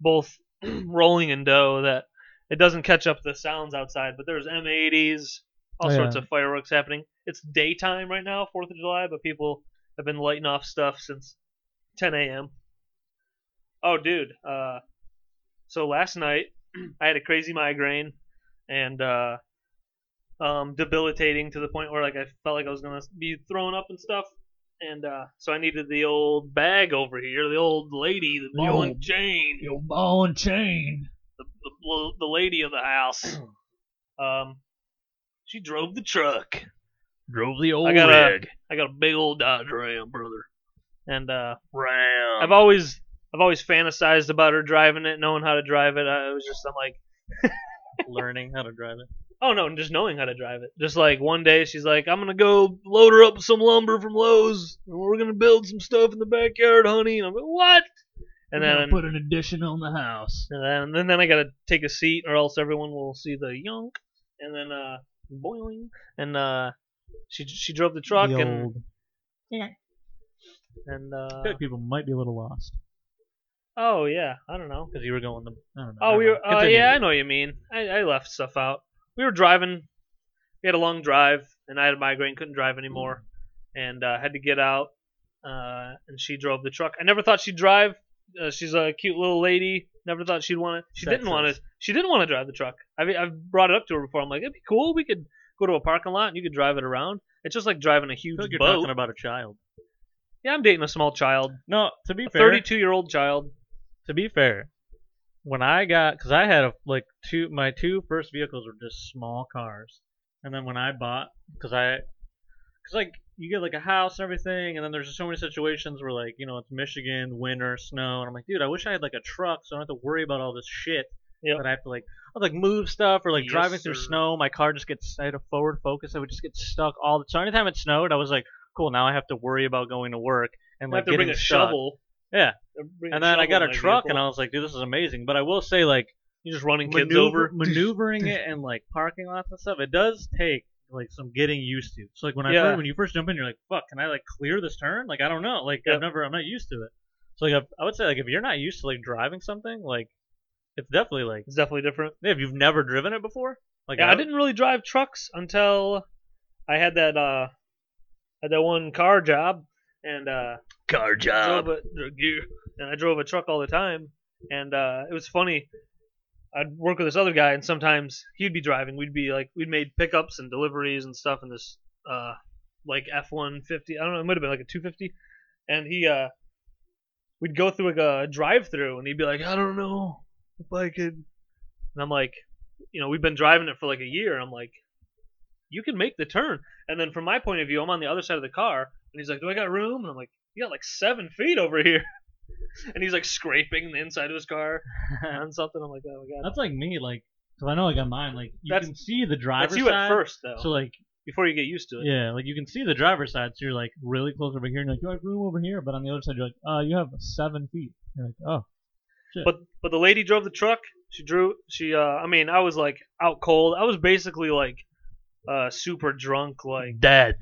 Speaker 1: both rolling in dough that it doesn't catch up the sounds outside. But there's M80s, all
Speaker 3: Oh,
Speaker 1: sorts
Speaker 3: yeah.
Speaker 1: of fireworks happening. It's daytime right now, Fourth of July, but people have been lighting off stuff since 10 a.m. Oh, dude. Uh, so last night I had a crazy migraine and uh, um, debilitating to the point where like I felt like I was gonna be thrown up and stuff. And uh, so I needed the old bag over here, the old lady, the
Speaker 3: The
Speaker 1: ball and
Speaker 3: old-
Speaker 1: chain
Speaker 3: Your ball and chain.
Speaker 1: the, the, the lady of the house. Um, she drove the truck.
Speaker 2: drove the old
Speaker 1: I got a-
Speaker 2: rig.
Speaker 1: I got a big old Dodge Ram, brother. And uh,
Speaker 2: Ram.
Speaker 1: I've always, I've always fantasized about her driving it, knowing how to drive it. I it was just, I'm like,
Speaker 2: learning how to drive it.
Speaker 1: oh no, just knowing how to drive it. Just like one day, she's like, I'm gonna go load her up with some lumber from Lowe's, and we're gonna build some stuff in the backyard, honey. And I'm like, what? And
Speaker 3: We're
Speaker 1: then
Speaker 3: gonna put an addition on the house.
Speaker 1: And then, and then I gotta take a seat, or else everyone will see the yonk. And then, uh, boiling. And uh, she she drove the truck,
Speaker 3: The
Speaker 1: and
Speaker 3: old-
Speaker 1: and uh,
Speaker 3: I feel like people might be a little lost.
Speaker 1: oh yeah, I don't know.
Speaker 2: Because you were going the.
Speaker 3: I don't know.
Speaker 1: Oh, we
Speaker 3: Never
Speaker 1: were,
Speaker 3: mind.
Speaker 1: oh
Speaker 2: Continue.
Speaker 1: yeah, I know what you mean. I, I left stuff out. We were driving. We had a long drive, and I had a migraine, couldn't drive anymore, and uh, had to get out. Uh, and she drove the truck. I never thought she'd drive. Uh, she's a cute little lady. Never thought she'd want to. She didn't want to. She didn't want to drive the truck. I've, I've brought it up to her before. I'm like, it'd be cool. We could go to a parking lot and you could drive it around. It's just like driving a huge
Speaker 2: I feel like you're
Speaker 1: boat.
Speaker 2: talking about a child.
Speaker 1: yeah, I'm dating a small child,
Speaker 2: No, to be
Speaker 1: a
Speaker 2: fair.
Speaker 1: 32 year old child.
Speaker 2: To be fair, when I got, because I had a, like two, my two first vehicles were just small cars, and then when I bought, because I, because like you get like a house and everything, and then there's just so many situations where like you know it's Michigan, winter, snow, and I'm like, dude, I wish I had like a truck so I don't have to worry about all this shit
Speaker 1: Yep.
Speaker 2: that I have to like. I like move stuff or like
Speaker 1: Yes,
Speaker 2: driving through
Speaker 1: sir.
Speaker 2: snow. My car just gets I had a forward focus. I would just get stuck all the. So anytime it snowed, I was like, cool. Now I have to worry about going to work and
Speaker 1: I
Speaker 2: like
Speaker 1: have to bring
Speaker 2: getting
Speaker 1: a
Speaker 2: stuck.
Speaker 1: shovel.
Speaker 2: Yeah.
Speaker 1: Bring
Speaker 2: And then I got a
Speaker 1: shovel in my
Speaker 2: truck,
Speaker 1: vehicle.
Speaker 2: and I was like, dude, this is amazing. But I will say, like,
Speaker 1: You're just running kids
Speaker 2: maneuver-
Speaker 1: over.
Speaker 2: maneuvering it and like parking lots and stuff, it does take like some getting used to. So like when I
Speaker 1: Yeah.
Speaker 2: first, when you first jump in, you're like, fuck, can I like clear this turn? Like I don't know. Like
Speaker 1: Yep.
Speaker 2: I've never, I'm not used to it. So like I, I would say, like if you're not used to like driving something, like It's definitely like
Speaker 1: It's definitely different.
Speaker 2: if you've never driven it before. Like
Speaker 1: yeah, I
Speaker 2: don't-
Speaker 1: didn't really drive trucks until I had that uh had that one car job and uh
Speaker 7: Car
Speaker 1: drove a, and I drove a truck all the time and uh it was funny. I'd work with this other guy and sometimes he'd be driving. We'd be like we'd made pickups and deliveries and stuff in this uh like F one fifty. I don't know, it might have been like a two fifty. And he uh we'd go through like a drive through and he'd be like, I don't know if I could and I'm like you know, we've been driving it for like a year. And I'm like, you can make the turn. And then from my point of view, I'm on the other side of the car. And he's like, do I got room? And I'm like, you got like seven feet over here. and he's like scraping the inside of his car on something. I'm like, oh my God.
Speaker 3: That's like me, like, because I know like on mine, like you
Speaker 1: That's-
Speaker 3: can see the driver's
Speaker 1: That's you at
Speaker 3: side.
Speaker 1: first, though,
Speaker 3: So like,
Speaker 1: before you get used to it.
Speaker 3: yeah, like you can see the driver's side, so you're like really close over here, and you're like you have room over here, but on the other side you're like, uh, you have seven feet. You're like, oh,
Speaker 1: But but the lady drove the truck. She drew. She. uh I mean, I was like out cold. I was basically like uh super drunk, like
Speaker 7: Dead.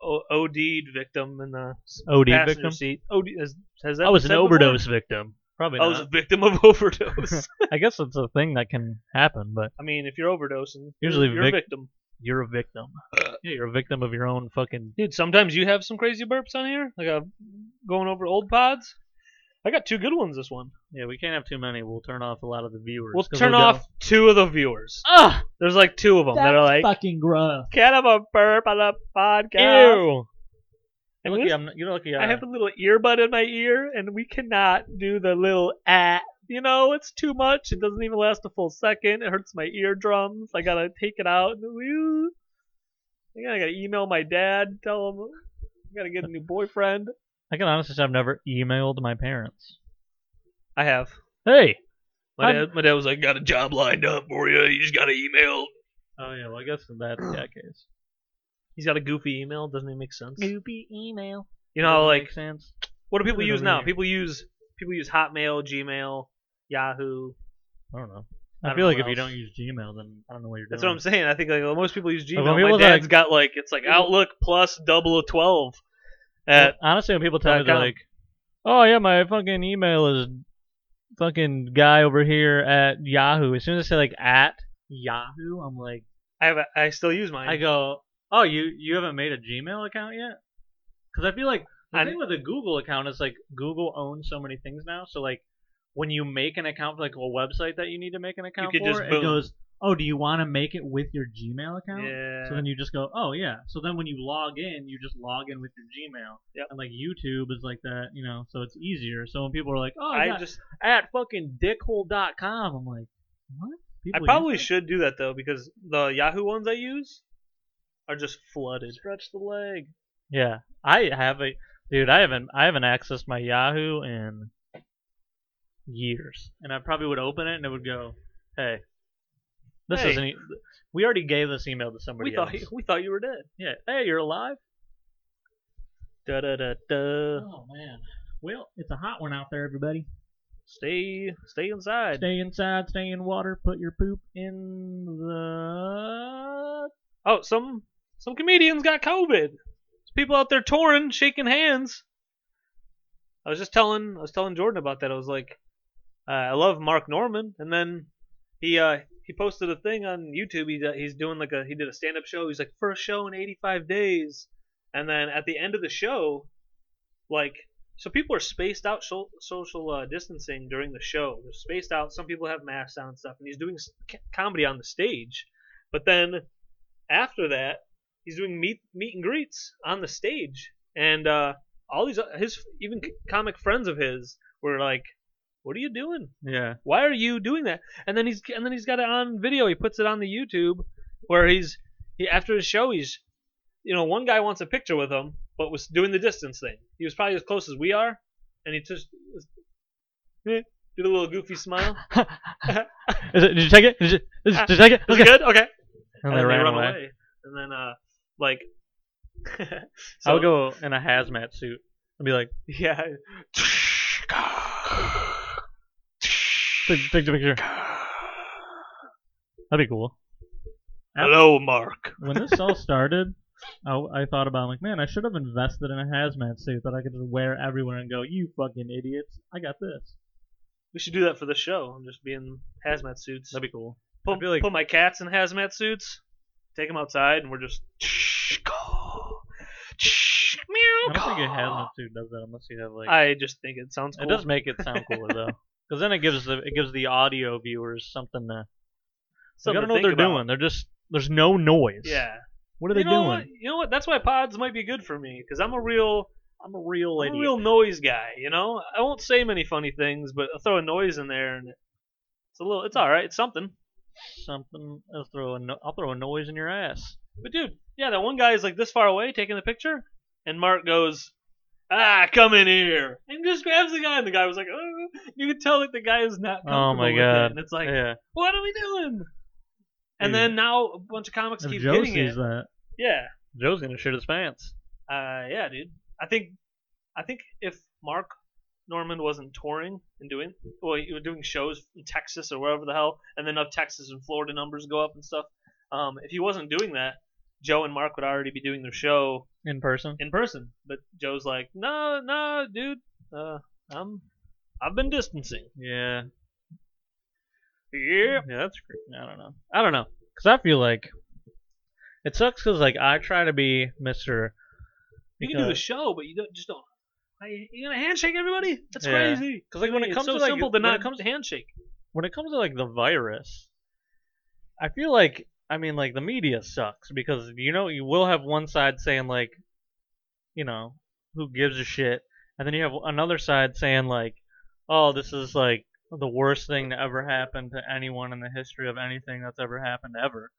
Speaker 1: o- OD'd victim in the s-
Speaker 7: OD
Speaker 1: passenger
Speaker 7: victim.
Speaker 1: seat. OD has, has that?
Speaker 7: I was
Speaker 1: been
Speaker 7: an
Speaker 1: said before?
Speaker 7: overdose victim.
Speaker 2: probably
Speaker 1: I
Speaker 2: not.
Speaker 1: was a victim of overdose.
Speaker 2: I guess it's a thing that can happen, but
Speaker 1: I mean, if you're overdosing,
Speaker 2: Usually
Speaker 1: you're
Speaker 2: vic-
Speaker 1: a victim.
Speaker 2: you're a victim. yeah, you're a victim of your own fucking.
Speaker 1: Dude, sometimes you have some crazy burps on here, like uh, going over old pods. I got two good ones this one.
Speaker 2: Yeah, we can't have too many. We'll turn off a lot of the viewers.
Speaker 1: We'll
Speaker 2: 'cause
Speaker 1: turn
Speaker 2: we'll
Speaker 1: off two of the viewers.
Speaker 3: ah,
Speaker 1: There's like two of them that are like,
Speaker 3: fucking gross.
Speaker 1: "Can I have a burp on a
Speaker 2: Go,
Speaker 1: podcast?"
Speaker 2: Ew.
Speaker 1: And
Speaker 2: Lucky
Speaker 1: this-
Speaker 2: I'm not- you're lucky.
Speaker 1: I have a little earbud in my ear, and we cannot do the little ah. You know, it's too much. It doesn't even last a full second. It hurts my eardrums. I gotta take it out. Ooh. I gotta- I gotta email my dad, tell him I gotta get a new boyfriend.
Speaker 2: I can honestly say I've never emailed my parents.
Speaker 1: I have.
Speaker 2: Hey.
Speaker 1: My
Speaker 2: I'm-
Speaker 1: dad, my dad was like, "Got a job lined up for you. You just got to email."
Speaker 2: Oh yeah. Well, I guess in that, that case.
Speaker 1: He's got a goofy email. Doesn't even make sense. You
Speaker 4: Goopy email.
Speaker 1: know,
Speaker 2: Doesn't
Speaker 1: like
Speaker 2: make sense.
Speaker 1: what do people
Speaker 2: Doesn't
Speaker 1: use now?
Speaker 2: really-
Speaker 1: People use people use Hotmail, Gmail, Yahoo.
Speaker 2: I don't know.
Speaker 1: I
Speaker 2: I,
Speaker 1: don't
Speaker 2: feel
Speaker 1: know
Speaker 2: like
Speaker 1: what
Speaker 2: if you
Speaker 1: else.
Speaker 2: don't use Gmail, then I don't know what you're
Speaker 1: That's what
Speaker 2: doing.
Speaker 1: I'm saying. I think like well, most people use Gmail.
Speaker 2: Like, when people
Speaker 1: My dad's
Speaker 2: like-
Speaker 1: got like it's like Outlook plus double of twelve. At
Speaker 2: honestly, when people tell me
Speaker 1: dot
Speaker 2: they're
Speaker 1: com.
Speaker 2: like, "Oh yeah, my fucking email is fucking guy over here at Yahoo," as soon as I say like at Yahoo, I'm like,
Speaker 1: I have a, I still use mine.
Speaker 2: I go, "Oh, you you haven't made a Gmail account yet?" Because I feel like the
Speaker 1: I-
Speaker 2: thing with a Google account is like Google owns so many things now. So like when you make an account for like a website that you need to make an account
Speaker 1: could
Speaker 2: for,
Speaker 1: just
Speaker 2: it
Speaker 1: boom.
Speaker 2: goes, "Oh, do you want to make it with your Gmail account?"
Speaker 1: yeah.
Speaker 2: So then you just go, oh yeah. So then when you log in, you just log in with your Gmail.
Speaker 1: Yep.
Speaker 2: And like YouTube is like that, you know, so it's easier. So when people are like, oh,
Speaker 1: I
Speaker 2: yeah,
Speaker 1: just
Speaker 2: at fucking dickhole.com, I'm like, what?
Speaker 1: I
Speaker 2: People
Speaker 1: probably
Speaker 2: use that?
Speaker 1: should do that though because the Yahoo ones I use are just flooded.
Speaker 2: stretch the leg. Yeah, I have a dude. I haven't I haven't accessed my Yahoo in years, and I probably would open it and it would go, hey. This
Speaker 1: Hey.
Speaker 2: isn't. e- We already gave this email to somebody
Speaker 1: We thought
Speaker 2: else.
Speaker 1: we thought you were dead.
Speaker 2: Yeah. Hey, you're alive.
Speaker 1: Da da da da.
Speaker 3: Oh man. Well, it's a hot one out there, everybody.
Speaker 1: Stay stay inside.
Speaker 3: Stay inside, stay in water, put your poop in the.
Speaker 1: Oh, some some comedians got COVID. There's people out there touring, shaking hands. I was just telling I was telling Jordan about that. I was like, uh, I love Mark Norman, and then he uh, he posted a thing on YouTube. He, he's doing like a he did a stand up show. He's like first show in 85 days, and then at the end of the show, like so people are spaced out so, social uh, distancing during the show. They're spaced out. Some people have masks on and stuff, and he's doing s- c- comedy on the stage. But then after that, he's doing meet meet and greets on the stage, and uh, all these his even comic friends of his were like, "What are you doing?
Speaker 2: Yeah.
Speaker 1: Why are you doing that?" And then he's and then he's got it on video. He puts it on the YouTube where he's he after his show he's you know one guy wants a picture with him but was doing the distance thing. He was probably as close as we are, and he just eh, did a little goofy smile.
Speaker 2: Is it, did you take it? Did you, did you, did you take it?
Speaker 1: Is it good? Okay.
Speaker 2: And, they ran
Speaker 1: run
Speaker 2: away.
Speaker 1: And then uh like
Speaker 2: I
Speaker 1: so-
Speaker 2: would go in a hazmat suit and be like,
Speaker 1: Yeah.
Speaker 2: take, take the picture. That'd be cool.
Speaker 1: Hello, Mark.
Speaker 3: When this all started, I, I thought about like, man, I should have invested in a hazmat suit that I could just wear everywhere and go, you fucking idiots, I got this.
Speaker 1: We should do that for the show. I'm just being hazmat suits.
Speaker 2: That'd be cool.
Speaker 1: put,
Speaker 2: I feel like-
Speaker 1: put my cats in hazmat suits, take them outside, and we're just.
Speaker 2: I don't think a hazmat suit does that unless you have like.
Speaker 1: I just think it sounds cool.
Speaker 2: It does make it sound cooler though, because then it gives the it gives the audio viewers something to. They
Speaker 1: Something
Speaker 2: gotta
Speaker 1: to
Speaker 2: know what they're
Speaker 1: think about.
Speaker 2: doing. They're just there's no noise.
Speaker 1: Yeah.
Speaker 2: What are they
Speaker 1: you know
Speaker 2: doing?
Speaker 1: What? You know what? That's why pods might be good for me because I'm a real,
Speaker 2: I'm a real
Speaker 1: I'm
Speaker 2: idiot.
Speaker 1: a real noise guy. You know, I won't say many funny things, but I'll throw a noise in there, and it's a little, it's all right, it's something.
Speaker 2: Something. I'll throw a no- I'll throw a noise in your ass.
Speaker 1: But dude, yeah, that one guy is like this far away taking the picture, and Mark goes, "Ah, come in here," and just grabs the guy, and the guy was like, oh. "You can tell that the guy is not comfortable
Speaker 2: Oh my
Speaker 1: with
Speaker 2: God.
Speaker 1: it," and it's like,
Speaker 2: yeah.
Speaker 1: "What are we doing?" And
Speaker 2: Dude.
Speaker 1: then now a bunch of comics
Speaker 2: If
Speaker 1: keep
Speaker 2: Joe
Speaker 1: getting
Speaker 2: sees
Speaker 1: it.
Speaker 2: that,
Speaker 1: Yeah,
Speaker 2: Joe's gonna shit his pants.
Speaker 1: uh, yeah, dude. I think, I think if Mark Norman wasn't touring and doing, well, he was doing shows in Texas or wherever the hell, and then up Texas and Florida numbers go up and stuff. Um, if he wasn't doing that, Joe and Mark would already be doing their show
Speaker 2: In person.
Speaker 1: in person. But Joe's like, no, no, dude, uh, I'm, I've been distancing.
Speaker 2: Yeah.
Speaker 1: Yeah.
Speaker 2: Yeah, that's great. I don't know. I don't know. Cause I feel like it sucks. Cause like I try to be Mister.
Speaker 1: You can do the show, but you don't just don't. I, you gonna handshake everybody? That's
Speaker 2: Yeah.
Speaker 1: crazy. Because like
Speaker 2: when it
Speaker 1: it's
Speaker 2: comes
Speaker 1: so
Speaker 2: to, like,
Speaker 1: simple to
Speaker 2: when
Speaker 1: not
Speaker 2: it-
Speaker 1: comes to handshake.
Speaker 2: when it comes to like the virus, I feel like I mean like the media sucks because you know you will have one side saying like, you know, who gives a shit, and then you have another side saying like, oh, this is like the worst thing to ever happen to anyone in the history of anything that's ever happened ever.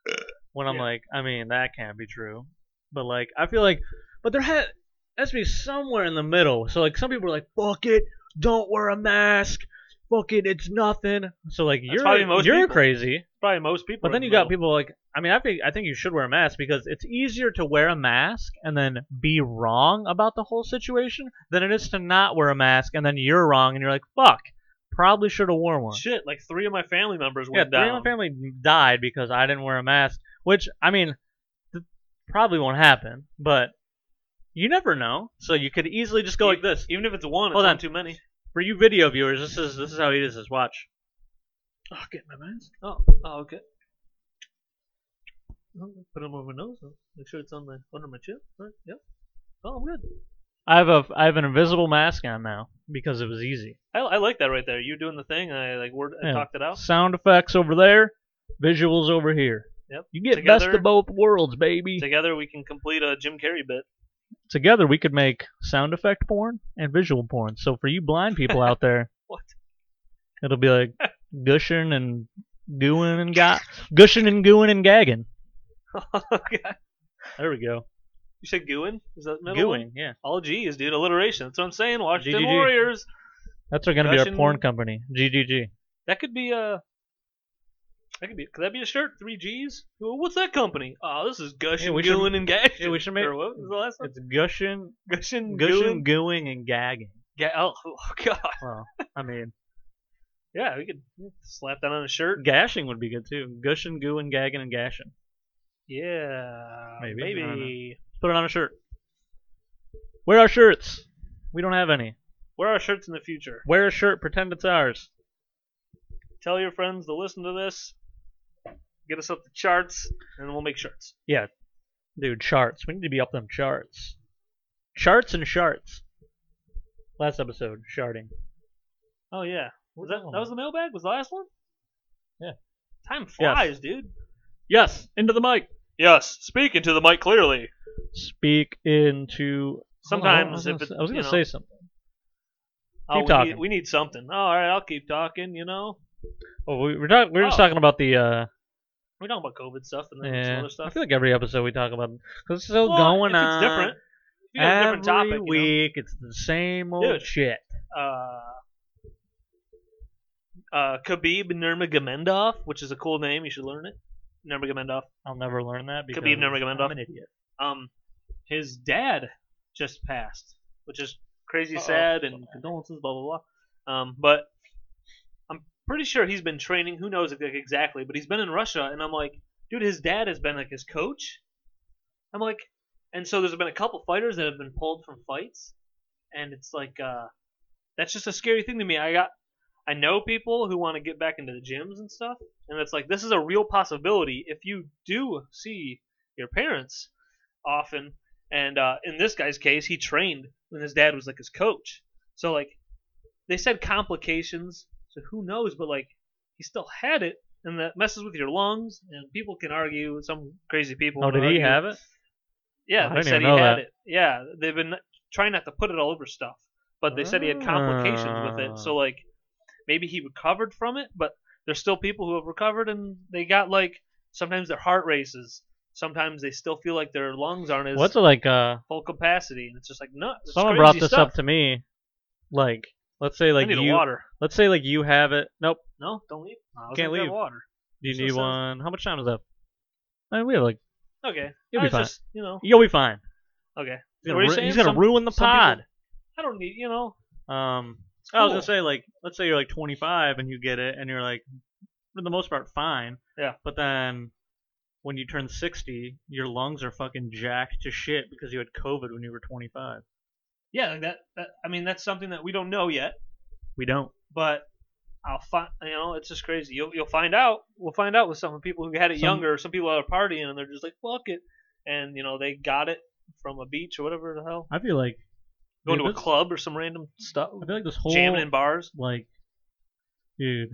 Speaker 2: When I'm
Speaker 1: Yeah.
Speaker 2: like, I mean that can't be true, but like I feel like, but there had has to be somewhere in the middle. So like some people are like, fuck it, don't wear a mask. Fuck it, it's nothing. So like
Speaker 1: probably
Speaker 2: you're
Speaker 1: most
Speaker 2: you're
Speaker 1: people.
Speaker 2: crazy,
Speaker 1: Probably most people.
Speaker 2: but
Speaker 1: are "Oh,
Speaker 2: then
Speaker 1: in
Speaker 2: you
Speaker 1: the
Speaker 2: got
Speaker 1: middle.
Speaker 2: people like I mean I think I think you should wear a mask because it's easier to wear a mask and then be wrong about the whole situation than it is to not wear a mask and then you're wrong and you're like fuck probably should have worn one.
Speaker 1: Shit, like three of my family members
Speaker 2: yeah,
Speaker 1: went
Speaker 2: three
Speaker 1: down.
Speaker 2: of my family died because I didn't wear a mask, which I mean th- probably won't happen, but you never know. So you could easily just go
Speaker 1: You-
Speaker 2: like this.
Speaker 1: Even if it's one, it's
Speaker 2: Hold
Speaker 1: not
Speaker 2: on.
Speaker 1: too many.
Speaker 2: For you video viewers, this is this is how he does this. Watch.
Speaker 1: Oh, get my mask. Oh, oh okay. Oh, Put them over my nose. huh? Make sure it's on the under my chin. Right? Yep. Oh, I'm good.
Speaker 2: I have a I have an invisible mask on now because it was easy.
Speaker 1: I, I like that right there. You doing the thing. I like word. I
Speaker 2: Yeah.
Speaker 1: talked it out.
Speaker 2: Sound effects over there, visuals over here.
Speaker 1: Yep.
Speaker 2: You get best
Speaker 1: Together-
Speaker 2: of both worlds, baby.
Speaker 1: Together we can complete a Jim Carrey bit.
Speaker 2: Together we could make sound effect porn and visual porn. So for you blind people out there,
Speaker 1: What?
Speaker 2: It'll be like gushing and gooing and ga- gushing and gooing and gagging.
Speaker 1: Okay.
Speaker 2: There we go.
Speaker 1: You said gooing? Is that middle one?
Speaker 2: Gooing, yeah.
Speaker 1: All G's, dude. Alliteration. That's what I'm saying. Washington
Speaker 2: GGG.
Speaker 1: Warriors.
Speaker 2: That's going to be our
Speaker 1: Gushing-
Speaker 2: porn company. GGG.
Speaker 1: That could be a. That could be. Could that be a shirt? Three G's. Well, what's that company? Oh, this is gushing,
Speaker 2: Yeah, we should-
Speaker 1: gooing, and gashing.
Speaker 2: yeah, we should make-
Speaker 1: Or what was the last one?
Speaker 2: It's gushing,
Speaker 1: Gushing,
Speaker 2: gushing,
Speaker 1: gooing,
Speaker 2: gooing and gagging.
Speaker 1: ga- oh, oh, God.
Speaker 2: Well, I mean,
Speaker 1: Yeah, we could slap that on a shirt.
Speaker 2: gashing would be good too. Gushing, gooing, gagging, and gashing.
Speaker 1: Yeah,
Speaker 2: Maybe. I don't
Speaker 1: Maybe.
Speaker 2: Put it on a shirt. Wear our shirts. We don't have any.
Speaker 1: Wear our shirts in the future.
Speaker 2: Wear a shirt. Pretend it's ours.
Speaker 1: Tell your friends to listen to this. Get us up the charts, and we'll make shirts.
Speaker 2: Dude, charts. We need to be up them charts. Charts and sharts. Last episode, sharding.
Speaker 1: Oh yeah, was that
Speaker 2: going.
Speaker 1: that was the mailbag? Was the last one?
Speaker 2: Yeah.
Speaker 1: Time flies, dude.
Speaker 2: Yes, into the mic.
Speaker 1: Yes, speaking to the mic clearly.
Speaker 2: Speak into. Hold
Speaker 1: Sometimes
Speaker 2: on, I
Speaker 1: if
Speaker 2: was
Speaker 1: it-
Speaker 2: gonna, I was
Speaker 1: you
Speaker 2: gonna
Speaker 1: know.
Speaker 2: say something.
Speaker 1: Oh,
Speaker 2: Keep
Speaker 1: we
Speaker 2: talking.
Speaker 1: Need, we need something. all right, I'll keep talking. You know,
Speaker 2: Oh, we were talking. We were just
Speaker 1: Oh.
Speaker 2: talking about the. uh
Speaker 1: we're talking about COVID stuff and then some
Speaker 2: Yeah.
Speaker 1: other
Speaker 2: I
Speaker 1: stuff.
Speaker 2: feel like every episode we talk about because it's still
Speaker 1: Well,
Speaker 2: going
Speaker 1: if it's
Speaker 2: on.
Speaker 1: different. If you got a different
Speaker 2: Every
Speaker 1: topic. you know.
Speaker 2: week, it's the same old
Speaker 1: Dude.
Speaker 2: shit.
Speaker 1: uh, uh, Khabib Nurmagomedov, which is a cool name. You should learn it. Nurmagomedov.
Speaker 2: I'll never learn that because
Speaker 1: Khabib Nurmagomedov.
Speaker 2: I'm an idiot.
Speaker 1: Um, his dad just passed, which is crazy
Speaker 2: Uh-oh.
Speaker 1: sad and condolences, blah blah blah. Um, but I'm pretty sure he's been training. Who knows like, exactly? But he's been in Russia, and I'm like, dude, his dad has been like his coach. I'm like, and so there's been a couple fighters that have been pulled from fights, and it's like, uh, that's just a scary thing to me. I got, I know people who want to get back into the gyms and stuff, and it's like this is a real possibility if you do see your parents often. And uh, in this guy's case, he trained when his dad was like his coach. So like, they said complications. So who knows? But like, he still had it, and that messes with your lungs. And people can argue. Some crazy people.
Speaker 2: Oh,
Speaker 1: can
Speaker 2: did he
Speaker 1: argue.
Speaker 2: have it?
Speaker 1: Yeah,
Speaker 2: I
Speaker 1: they
Speaker 2: didn't even
Speaker 1: said he
Speaker 2: know
Speaker 1: had
Speaker 2: that.
Speaker 1: it. Yeah, they've been trying not to put it all over stuff, but they said he had complications
Speaker 2: Ah.
Speaker 1: with it. So like, maybe he recovered from it, but there's still people who have recovered and they got like sometimes their heart races, sometimes they still feel like their lungs aren't as
Speaker 2: What's it like? Uh,
Speaker 1: full capacity, and it's just like nuts. It's
Speaker 2: someone
Speaker 1: crazy
Speaker 2: brought this
Speaker 1: stuff.
Speaker 2: up to me. Like, let's say
Speaker 1: I
Speaker 2: like
Speaker 1: need a
Speaker 2: you.
Speaker 1: water.
Speaker 2: Let's say like you have it. Nope.
Speaker 1: No, don't leave. No, I was
Speaker 2: Can't
Speaker 1: gonna get
Speaker 2: leave.
Speaker 1: Water.
Speaker 2: You
Speaker 1: So
Speaker 2: need
Speaker 1: sounds-
Speaker 2: one. How much time is left? I mean, we have like.
Speaker 1: Okay,
Speaker 2: You'll be
Speaker 1: I was
Speaker 2: fine.
Speaker 1: Just, you know,
Speaker 2: You'll be fine.
Speaker 1: okay.
Speaker 2: He's
Speaker 1: What
Speaker 2: gonna,
Speaker 1: are you
Speaker 2: ru-
Speaker 1: saying?
Speaker 2: he's gonna
Speaker 1: Some-
Speaker 2: ruin the
Speaker 1: some people-
Speaker 2: pod.
Speaker 1: I don't need you know.
Speaker 2: Um, I was
Speaker 1: cool.
Speaker 2: gonna say like, let's say you're like 25 and you get it, and you're like, for the most part, fine.
Speaker 1: Yeah.
Speaker 2: But then, when you turn 60, your lungs are fucking jacked to shit because you had COVID when you were 25.
Speaker 1: Yeah, like that, that. I mean, that's something that we don't know yet.
Speaker 2: We don't.
Speaker 1: but I'll find you know it's just crazy. You'll you'll find out. We'll find out with some people who had it
Speaker 2: Some-
Speaker 1: younger. Some people are partying and they're just like fuck it, and you know they got it from a beach or whatever the hell.
Speaker 2: I feel like
Speaker 1: Going
Speaker 2: dude,
Speaker 1: to a
Speaker 2: this-
Speaker 1: club or some random stuff,
Speaker 2: I feel like this whole
Speaker 1: jamming in bars.
Speaker 2: like, dude.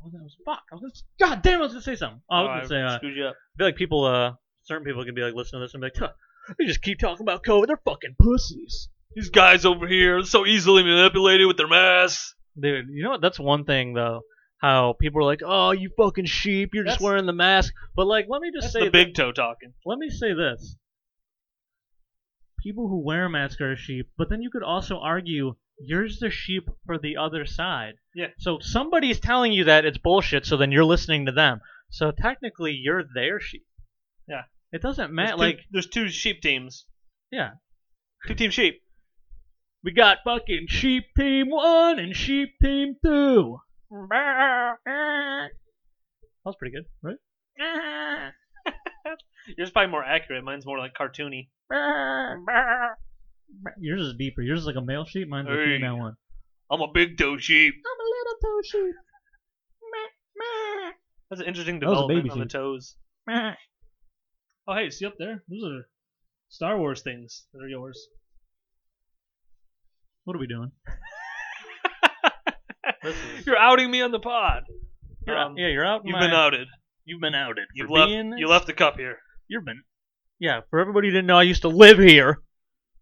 Speaker 2: What was that? I was fuck. I was gonna, God damn, I was gonna say something. Oh, I was
Speaker 1: Oh,
Speaker 2: gonna say. Uh,
Speaker 1: screwed you up.
Speaker 2: I feel like people, uh, certain people can be like, listen to this and be like, huh, they just keep talking about COVID. They're fucking pussies.
Speaker 1: These guys over here so easily manipulated with their masks.
Speaker 2: Dude, you know what? That's one thing though. How people are like, oh, you fucking sheep. You're just
Speaker 1: That's-
Speaker 2: wearing the mask. But like, let me just
Speaker 1: That's
Speaker 2: say,
Speaker 1: the big toe talking.
Speaker 2: thi- let me say this. People who wear a mask are a sheep, but then you could also argue you're the sheep for the other side.
Speaker 1: Yeah.
Speaker 2: So somebody's telling you that it's bullshit, so then you're listening to them. So technically, you're their sheep.
Speaker 1: Yeah.
Speaker 2: It doesn't
Speaker 1: There's
Speaker 2: matter.
Speaker 1: two-
Speaker 2: Like,
Speaker 1: there's two sheep teams.
Speaker 2: yeah.
Speaker 1: Two team sheep.
Speaker 2: We got fucking sheep team one and sheep team two.
Speaker 4: Ah,
Speaker 2: That was pretty good, right?
Speaker 4: ah,
Speaker 1: Yours is probably more accurate. Mine's more like cartoony.
Speaker 4: ah.
Speaker 2: Yours is deeper. Yours is like a male sheep. Mine's
Speaker 1: Hey.
Speaker 2: a female one.
Speaker 1: I'm a big toe sheep.
Speaker 4: I'm a little toe sheep. Meh, meh,
Speaker 1: That's an interesting
Speaker 3: That was a
Speaker 1: development
Speaker 3: baby
Speaker 1: on the
Speaker 3: sheep.
Speaker 1: toes.
Speaker 4: meh.
Speaker 1: Oh, hey, see up there? Those are Star Wars things that are yours.
Speaker 2: What are we doing? This is-
Speaker 1: You're outing me on the pod.
Speaker 2: You're out-
Speaker 1: Um,
Speaker 2: yeah, you're out. in
Speaker 1: You've
Speaker 2: my-
Speaker 1: been outed.
Speaker 2: You've been outed.
Speaker 1: You've
Speaker 2: for
Speaker 1: left.
Speaker 2: being-
Speaker 1: You left the cup here.
Speaker 2: You've been. Yeah, for everybody who didn't know, I used to live here.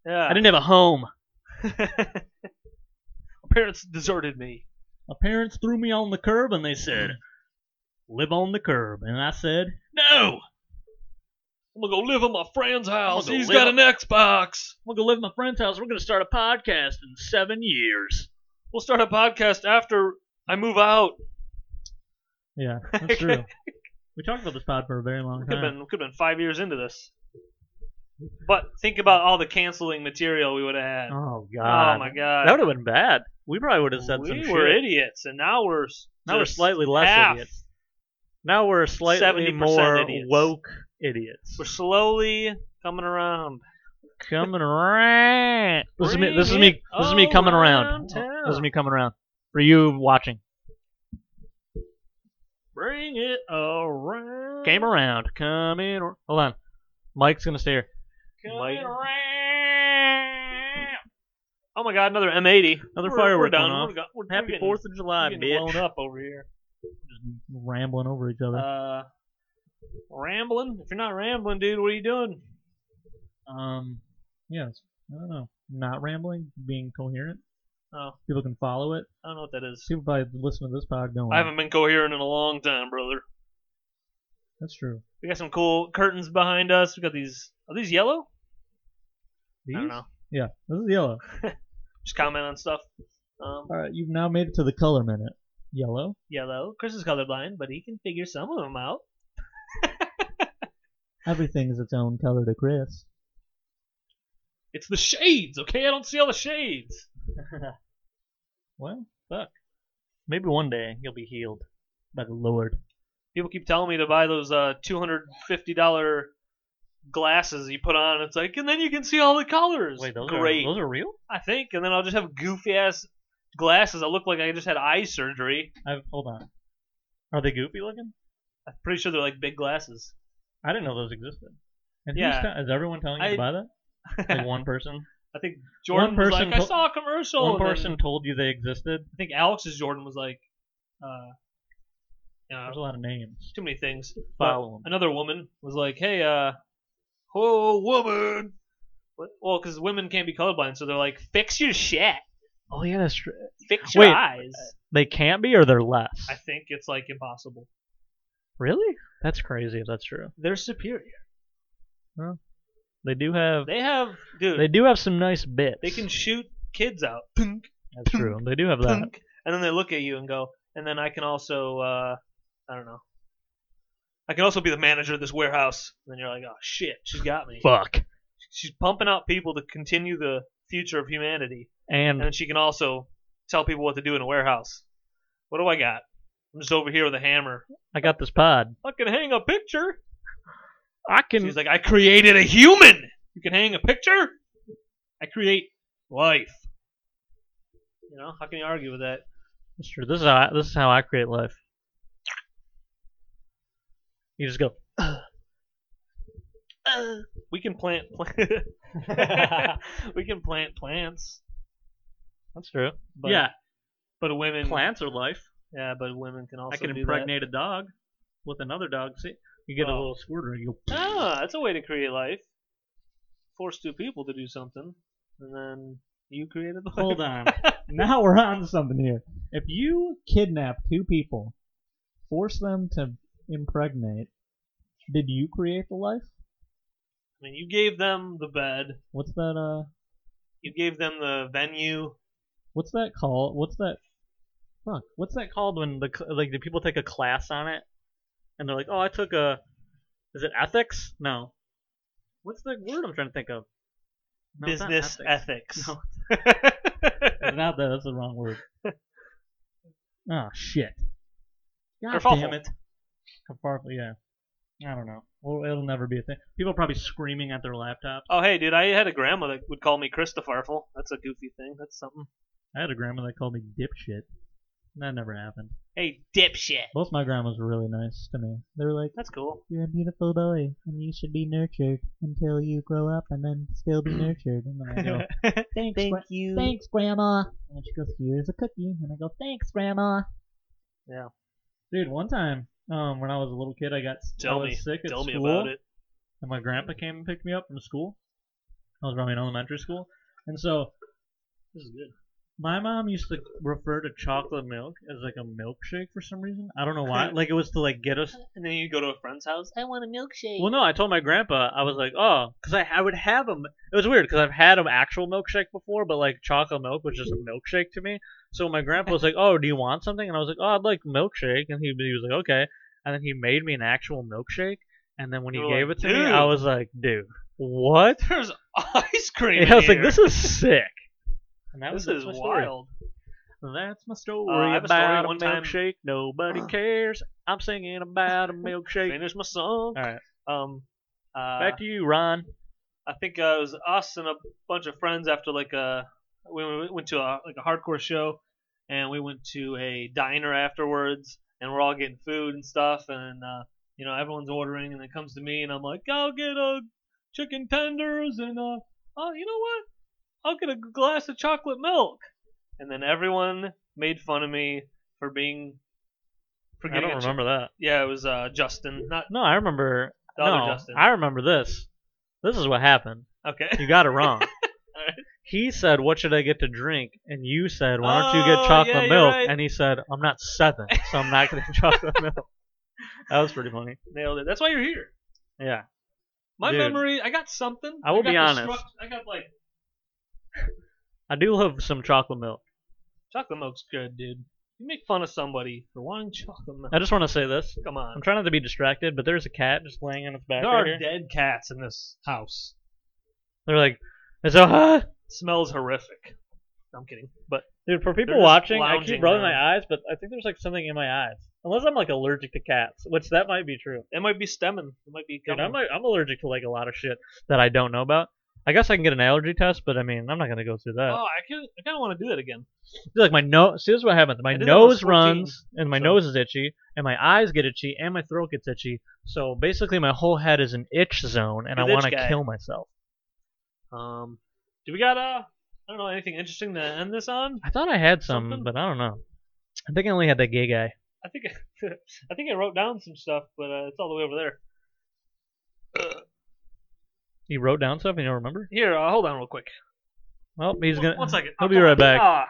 Speaker 1: Yeah.
Speaker 2: I didn't have a home.
Speaker 1: My parents deserted me.
Speaker 2: My parents threw me on the curb and they
Speaker 1: Mm.
Speaker 2: said, "Live on the curb," and I said, "No,
Speaker 1: I'm gonna go live in my friend's house.
Speaker 2: go
Speaker 1: He's
Speaker 2: live
Speaker 1: got an
Speaker 2: on-
Speaker 1: Xbox.
Speaker 2: I'm gonna go live at my friend's house. We're gonna start a podcast in seven years."
Speaker 1: We'll start a podcast after I move out.
Speaker 2: Yeah, that's true. we talked about this pod for a very long
Speaker 1: We could have
Speaker 2: time.
Speaker 1: been could have been five years into this. But think about all the canceling material we would have had.
Speaker 2: Oh
Speaker 1: oh
Speaker 2: god.
Speaker 1: my god.
Speaker 2: That would have been bad. We probably would have said
Speaker 1: we
Speaker 2: some shit.
Speaker 1: were idiots, and now we're s-
Speaker 2: Now we're
Speaker 1: just
Speaker 2: slightly less
Speaker 1: half.
Speaker 2: idiots. Now we're slightly
Speaker 1: 70%
Speaker 2: more
Speaker 1: idiots.
Speaker 2: woke idiots.
Speaker 1: We're slowly coming around.
Speaker 2: coming around. This is me. This is
Speaker 1: Bring
Speaker 2: me.
Speaker 1: it
Speaker 2: This is me coming
Speaker 1: around
Speaker 2: around.
Speaker 1: town.
Speaker 2: This is me coming around for you watching.
Speaker 1: Bring it around.
Speaker 2: Came around. Come in. Hold on. Mike's gonna stay here.
Speaker 1: Coming
Speaker 2: Mike.
Speaker 1: around. Oh my god, another M80.
Speaker 2: Another
Speaker 1: We're-
Speaker 2: firework
Speaker 1: we're done.
Speaker 2: going off.
Speaker 1: We're go- we're- we're
Speaker 2: Happy
Speaker 1: getting-
Speaker 2: Fourth of July,
Speaker 1: we're getting
Speaker 2: bitch.
Speaker 1: blown up over here.
Speaker 2: Just rambling over each other.
Speaker 1: Uh, rambling? If you're not rambling, dude, what are you doing?
Speaker 2: um. Yes. I don't know. Not rambling. Being coherent.
Speaker 1: Oh.
Speaker 2: People can follow it.
Speaker 1: I don't know what that is.
Speaker 2: People probably listen to this pod going.
Speaker 1: I haven't been coherent in a long time, brother.
Speaker 2: That's true.
Speaker 1: We got some cool curtains behind us. We got these. Are these yellow?
Speaker 2: These?
Speaker 1: I don't know.
Speaker 2: Yeah. This is yellow.
Speaker 1: Just comment on stuff. Um,
Speaker 2: All right. You've now made it to the color minute. Yellow.
Speaker 1: yellow. Chris is colorblind, but he can figure some of them out.
Speaker 2: Everything's its own color to Chris.
Speaker 1: It's the shades, okay? I don't see all the shades.
Speaker 2: Well, fuck. Maybe one day you'll be healed by the Lord.
Speaker 1: People keep telling me to buy those uh, $250 glasses you put on. It's like, and then you can see all the colors.
Speaker 2: Wait, those
Speaker 1: Great.
Speaker 2: are those are real?
Speaker 1: I think, and then I'll just have goofy ass glasses. I look like I just had eye surgery.
Speaker 2: I've, hold on. Are they goofy looking?
Speaker 1: I'm pretty sure they're like big glasses.
Speaker 2: I didn't know those existed. And who's
Speaker 1: Yeah.
Speaker 2: tell- is everyone telling you
Speaker 1: I-
Speaker 2: to buy that? Like one person?
Speaker 1: I think Jordan
Speaker 2: One
Speaker 1: was
Speaker 2: person
Speaker 1: like, I
Speaker 2: to-
Speaker 1: saw a commercial.
Speaker 2: One
Speaker 1: and then
Speaker 2: person told you they existed?
Speaker 1: I think Alex's Jordan was like, uh, you know,
Speaker 2: There's a lot of names.
Speaker 1: too many things. But
Speaker 2: Follow them.
Speaker 1: another woman was like, hey, uh, oh, woman. What? Well, because women can't be colorblind, so they're like, fix your shit.
Speaker 2: Oh, yeah, that's true.
Speaker 1: Fix your
Speaker 2: Wait.
Speaker 1: eyes.
Speaker 2: They can't be or they're less?
Speaker 1: I think it's like impossible.
Speaker 2: really? That's crazy if that's true.
Speaker 1: They're superior.
Speaker 2: They do have
Speaker 1: They have, dude,
Speaker 2: they
Speaker 1: they,
Speaker 2: do have some nice bits.
Speaker 1: can shoot kids out.
Speaker 2: That's true. They do have that.
Speaker 1: Punk. And then they look at you and go, and then I can also, uh, I don't know. I can also be the manager of this warehouse. And then you're like, oh shit, she's got me.
Speaker 2: Fuck.
Speaker 1: She's pumping out people to continue the future of humanity. And
Speaker 2: And
Speaker 1: then she can also tell people what to do in a warehouse. What do I got? I'm just over here with a hammer.
Speaker 2: I got this pod.
Speaker 1: I can hang a picture.
Speaker 2: I can.
Speaker 1: She's like, I created a human. You can hang a picture? I create life. You know, how can you argue with that?
Speaker 2: That's true. This is how I, this is how I create life. You just go.
Speaker 1: Uh, We can plant plant. we can plant plants,
Speaker 2: That's true.
Speaker 1: but
Speaker 2: yeah,
Speaker 1: but women
Speaker 2: plants are life.
Speaker 1: Yeah, but women can also
Speaker 2: I can
Speaker 1: do
Speaker 2: impregnate a dog with another dog. See, you get a
Speaker 1: Oh.
Speaker 2: little squirter. and You
Speaker 1: that. Ah, that's a way to create life. Force two people to do something, and then you created the
Speaker 2: go. Hold on.
Speaker 3: Now we're on to something here. If you kidnap two people, force them to impregnate, did you create the life?
Speaker 1: I mean, you gave them the bed,
Speaker 3: What's that uh
Speaker 1: you gave them the venue.
Speaker 3: what's that called? What's that fuck,
Speaker 2: What's that called when the cl- like the people take a class on it, and they're like, "Oh, I took a, is it ethics? No, what's the word I'm trying to think of? No, it's not
Speaker 1: business
Speaker 2: ethics.
Speaker 1: ethics.
Speaker 2: No.
Speaker 3: It's not that. That's the wrong word. oh shit. God
Speaker 1: Kerfuffle.
Speaker 3: damn it.
Speaker 2: Kerfuffle, yeah. I don't know. Well, it'll never be a thing. People are probably screaming at their laptops.
Speaker 1: oh, hey, dude, I had a grandma that would call me Christopherful. That's a goofy thing. That's something.
Speaker 2: I had a grandma that called me dipshit. That never happened.
Speaker 1: Hey, dipshit.
Speaker 3: Both my grandmas were really nice to me. They were like,
Speaker 1: That's cool.
Speaker 3: "You're a beautiful boy, and you should be nurtured until you grow up, and then still be nurtured." And then I go, "Thanks, gra-
Speaker 4: you.
Speaker 3: thanks, grandma." And she goes, "Here's a cookie," and I go, "Thanks, grandma."
Speaker 2: Dude, one time, um, when I was a little kid, I got
Speaker 1: Tell
Speaker 2: I was
Speaker 1: me.
Speaker 2: sick at
Speaker 1: Tell me
Speaker 2: school,
Speaker 1: about it.
Speaker 2: and my grandpa came and picked me up from school. I was probably in elementary school, and so this is good. My mom used to refer to chocolate milk as like a milkshake for some reason. I don't know why. like it was to like get us
Speaker 1: And then you go to a friend's house.
Speaker 4: I want a milkshake.
Speaker 2: Well, no, I told my grandpa I was like, oh, because I, I would have them. It was weird because I've had an actual milkshake before, but like chocolate milk was just a milkshake to me. So my grandpa was like, oh, do you want something? And I was like, oh, I'd like milkshake. And he, he was like, okay. And then he made me an actual milkshake. And then when he
Speaker 1: You were
Speaker 2: gave
Speaker 1: like,
Speaker 2: it to me,
Speaker 1: "Dude."
Speaker 2: I was like, dude, what?
Speaker 1: There's ice cream.
Speaker 2: Yeah, I was like,
Speaker 1: here.
Speaker 2: this is sick. And that
Speaker 1: This
Speaker 2: was
Speaker 1: is
Speaker 2: that's my story.
Speaker 1: wild.
Speaker 2: That's my story
Speaker 1: Uh, I have a story
Speaker 2: about
Speaker 1: one
Speaker 2: a
Speaker 1: time-
Speaker 2: milkshake. Nobody cares. I'm singing about a milkshake.
Speaker 1: Finish my song.
Speaker 2: All right,
Speaker 1: Um, uh,
Speaker 2: back to you, Ron.
Speaker 1: I think uh, it was us and a bunch of friends after like a we we went to a, like a hardcore show, and we went to a diner afterwards, and we're all getting food and stuff, and uh, you know everyone's ordering, and it comes to me, and I'm like, I'll get a chicken tenders, and uh, oh, you know what? I'll get a glass of chocolate milk, and then everyone made fun of me for being for
Speaker 2: I
Speaker 1: getting.
Speaker 2: don't
Speaker 1: a chi-
Speaker 2: remember that.
Speaker 1: yeah, it was uh, Justin, not
Speaker 2: No, I remember.
Speaker 1: The
Speaker 2: no,
Speaker 1: other Justin.
Speaker 2: I remember this. This is what happened.
Speaker 1: okay.
Speaker 2: You got it wrong.
Speaker 1: Alright.
Speaker 2: He said, "What should I get to drink?" And you said, "Why don't you
Speaker 1: Oh,
Speaker 2: get chocolate
Speaker 1: yeah, you're
Speaker 2: milk?"
Speaker 1: right.
Speaker 2: And he said, "I'm not seven, so I'm not getting chocolate milk." That was pretty funny.
Speaker 1: Nailed it. That's why you're here.
Speaker 2: Yeah.
Speaker 1: My
Speaker 2: Dude.
Speaker 1: memory, I got something.
Speaker 2: I will
Speaker 1: got
Speaker 2: be
Speaker 1: the
Speaker 2: honest.
Speaker 1: struct- I got like
Speaker 2: I do love some chocolate milk.
Speaker 1: chocolate milk's good, dude. You make fun of somebody for wanting chocolate milk.
Speaker 2: I just want to say this.
Speaker 1: Come on.
Speaker 2: I'm trying not to be distracted, but there's a cat just laying on its back
Speaker 1: There
Speaker 2: right
Speaker 1: are
Speaker 2: here.
Speaker 1: dead cats in this house.
Speaker 2: They're like, "Is that huh?"
Speaker 1: smells horrific. I'm kidding, but
Speaker 2: Dude, for people
Speaker 1: just
Speaker 2: watching, I
Speaker 1: lounging
Speaker 2: keep rubbing
Speaker 1: around.
Speaker 2: my eyes, but I think there's like something in my eyes. Unless I'm like allergic to cats, which that might be true.
Speaker 1: it might be stemming. It might be.
Speaker 2: Dude,
Speaker 1: coming.
Speaker 2: I'm, like, I'm allergic to like a lot of shit that I don't know about. I guess I can get an allergy test, but I mean, I'm not gonna go through that.
Speaker 1: oh, I can, I kind of want to do that again.
Speaker 2: See, like my nose. See, this is what happens. My
Speaker 1: did that when I was
Speaker 2: nose
Speaker 1: 14,
Speaker 2: runs, and my
Speaker 1: so-
Speaker 2: nose is itchy, and my eyes get itchy, and my throat gets itchy. So basically, my whole head is an itch zone, and
Speaker 1: You're
Speaker 2: I
Speaker 1: the
Speaker 2: want
Speaker 1: itch guy.
Speaker 2: to kill myself.
Speaker 1: Um, do we got uh, I don't know anything interesting to end this on?
Speaker 2: I thought I had some,
Speaker 1: Something?
Speaker 2: but I don't know. I think I only had that gay guy.
Speaker 1: I think I think I wrote down some stuff, but uh, it's all the way over there.
Speaker 2: He wrote down stuff, and you don't remember.
Speaker 1: Here, uh, hold on real quick.
Speaker 2: Well, he's
Speaker 1: One-
Speaker 2: gonna.
Speaker 1: one second.
Speaker 2: He'll
Speaker 1: Oh,
Speaker 2: be
Speaker 1: come
Speaker 2: right
Speaker 1: on.
Speaker 2: back.
Speaker 1: Ah.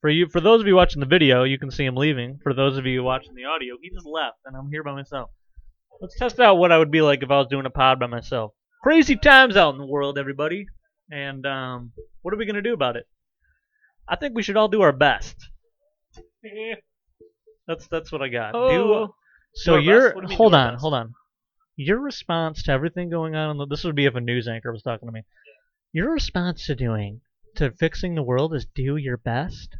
Speaker 2: For you, for those of you watching the video, you can see him leaving. For those of you watching the audio, he just left, and I'm here by myself. Let's test out what I would be like if I was doing a pod by myself. Crazy times out in the world, everybody. And um, what are we gonna do about it? I think we should all do our best. That's that's what I got.
Speaker 1: Oh.
Speaker 2: Do, so
Speaker 1: our best?
Speaker 2: your
Speaker 1: What do you mean,
Speaker 2: hold
Speaker 1: do our
Speaker 2: on,
Speaker 1: best?
Speaker 2: hold on. Your response to everything going on. In the, this would be if a news anchor was talking to me. Your response to doing to fixing the world is do your best.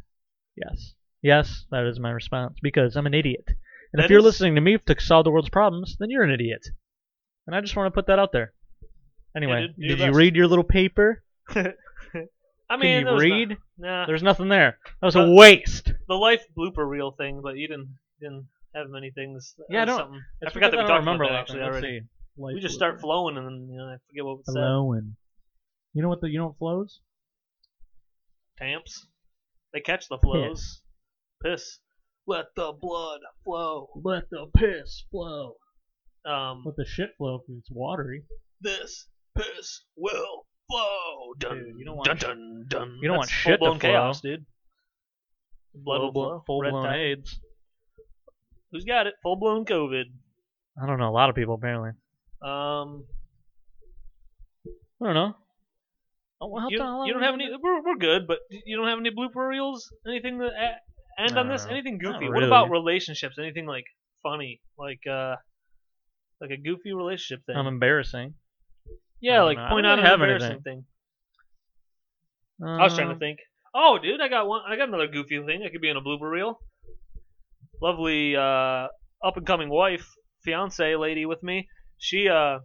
Speaker 2: Yes, yes, that is my response because I'm an idiot. And
Speaker 1: That
Speaker 2: if you're
Speaker 1: is-
Speaker 2: listening to me to solve the world's problems, then you're an idiot. And I just want to put that out there. Anyway,
Speaker 1: do your
Speaker 2: did you
Speaker 1: best.
Speaker 2: read your little paper?
Speaker 1: I
Speaker 2: Can you
Speaker 1: mean, there was uh, no-
Speaker 2: read?
Speaker 1: nah,
Speaker 2: There's nothing there. That was a
Speaker 1: Uh,
Speaker 2: waste.
Speaker 1: the life blooper reel thing, but you didn't didn't have many things. That
Speaker 2: Yeah, I
Speaker 1: was
Speaker 2: don't-
Speaker 1: something- I
Speaker 2: It's because
Speaker 1: forgot that we
Speaker 2: don't
Speaker 1: talked
Speaker 2: remember
Speaker 1: about that
Speaker 2: that
Speaker 1: actually
Speaker 2: one. Let's
Speaker 1: already.
Speaker 2: see. Life
Speaker 1: We just
Speaker 2: blooper.
Speaker 1: start flowing, and then you know, I forget what was said.
Speaker 3: Flowing. You know what? The, you know what flows?
Speaker 1: Tamps, they catch the flows. Piss. Let the blood flow.
Speaker 3: Let the piss flow.
Speaker 1: Um,
Speaker 3: Let the shit flow because it's watery.
Speaker 1: this piss will flow. Dun,
Speaker 2: Dude, you don't want
Speaker 1: dun,
Speaker 2: sh-
Speaker 1: dun, dun.
Speaker 2: you don't want
Speaker 1: That's
Speaker 2: shit to
Speaker 1: full-blown
Speaker 2: flow.
Speaker 1: chaos, dude. Blood will
Speaker 2: Full-blown-
Speaker 1: flow. Red
Speaker 2: full-blown
Speaker 1: tide.
Speaker 2: AIDS.
Speaker 1: Who's got it? Full blown COVID.
Speaker 2: I don't know. A lot of people apparently.
Speaker 1: Um,
Speaker 2: I don't know. Oh, well, how
Speaker 1: you,
Speaker 2: the hell-
Speaker 1: you don't have any. We're, we're good, but you don't have any blooper reels. Anything that a- end on this?
Speaker 2: No,
Speaker 1: Anything
Speaker 2: not
Speaker 1: goofy? What about
Speaker 2: really.
Speaker 1: relationships? Anything like funny? Like uh, like a goofy relationship thing?
Speaker 2: I'm embarrassing. I
Speaker 1: yeah,
Speaker 2: don't
Speaker 1: like
Speaker 2: know. Um, I
Speaker 1: point
Speaker 2: don't
Speaker 1: out an
Speaker 2: really have
Speaker 1: embarrassing
Speaker 2: anything.
Speaker 1: thing. I was trying to
Speaker 2: Um,
Speaker 1: think. Oh, dude, I got one. I got another goofy thing. I could be in a blooper reel. Lovely uh, up and coming wife, fiance lady with me. She uh,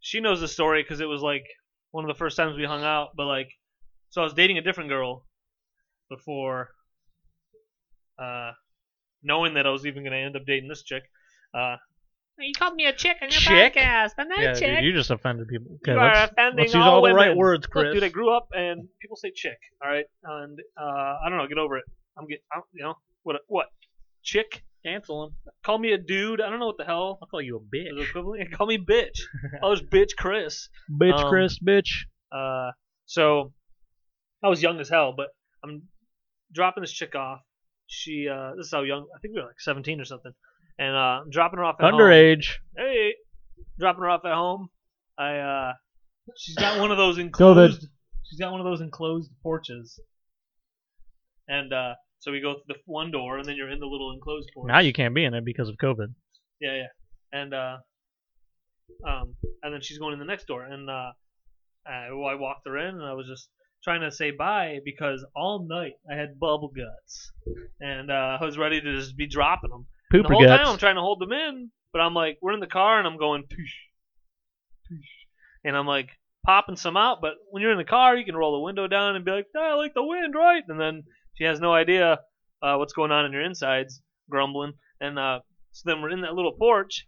Speaker 1: she knows the story because it was like one of the first times we hung out. But like, so I was dating a different girl before uh, knowing that I was even gonna end up dating this chick. Uh,
Speaker 4: You called me a chick on your
Speaker 2: Chick?
Speaker 4: podcast. I'm not
Speaker 2: Yeah,
Speaker 4: a
Speaker 2: dude,
Speaker 4: chick.
Speaker 2: you just offended people. Okay,
Speaker 1: you are
Speaker 2: let's,
Speaker 1: offending
Speaker 2: let's use
Speaker 1: all,
Speaker 2: all, the right
Speaker 1: women.
Speaker 2: words,
Speaker 1: Look,
Speaker 2: Chris.
Speaker 1: dude, I grew up and people say chick, all right, and uh, I don't know, get over it. I'm get, I'm, you know, what, what, chick?
Speaker 2: Cancel him.
Speaker 1: Call me a dude. I don't know what the hell
Speaker 2: I'll call you a
Speaker 1: is
Speaker 2: bitch.
Speaker 1: equivalent. Call me bitch. I was bitch Chris.
Speaker 2: Bitch,
Speaker 1: Um,
Speaker 2: Chris, bitch.
Speaker 1: Uh, so I was young as hell, but I'm dropping this chick off. She, uh, this is how young. I think we were like 17 or something, and uh, I'm dropping her off at home.
Speaker 2: Underage.
Speaker 1: Hey, dropping her off at home. I, uh, she's got one of those
Speaker 3: Go
Speaker 1: enclosed
Speaker 3: the
Speaker 1: she's got one of those enclosed porches. And uh, so we go through the one door, and then you're in the little enclosed porch.
Speaker 2: Now you can't be in it because of COVID.
Speaker 1: Yeah, yeah. And uh, um, and then she's going in the next door, and uh, I, well, I walked her in, and I was just trying to say bye because all night I had bubble guts, and uh, I was ready to just be dropping them. And the
Speaker 2: Pooper
Speaker 1: whole
Speaker 2: guts.
Speaker 1: time I'm trying to hold them in, but I'm like, we're in the car, and I'm going, poosh, poosh, and I'm like popping some out. But when you're in the car, you can roll the window down and be like, I like the wind, right? And then she has no idea uh, what's going on in your insides, grumbling, and uh, so then we're in that little porch,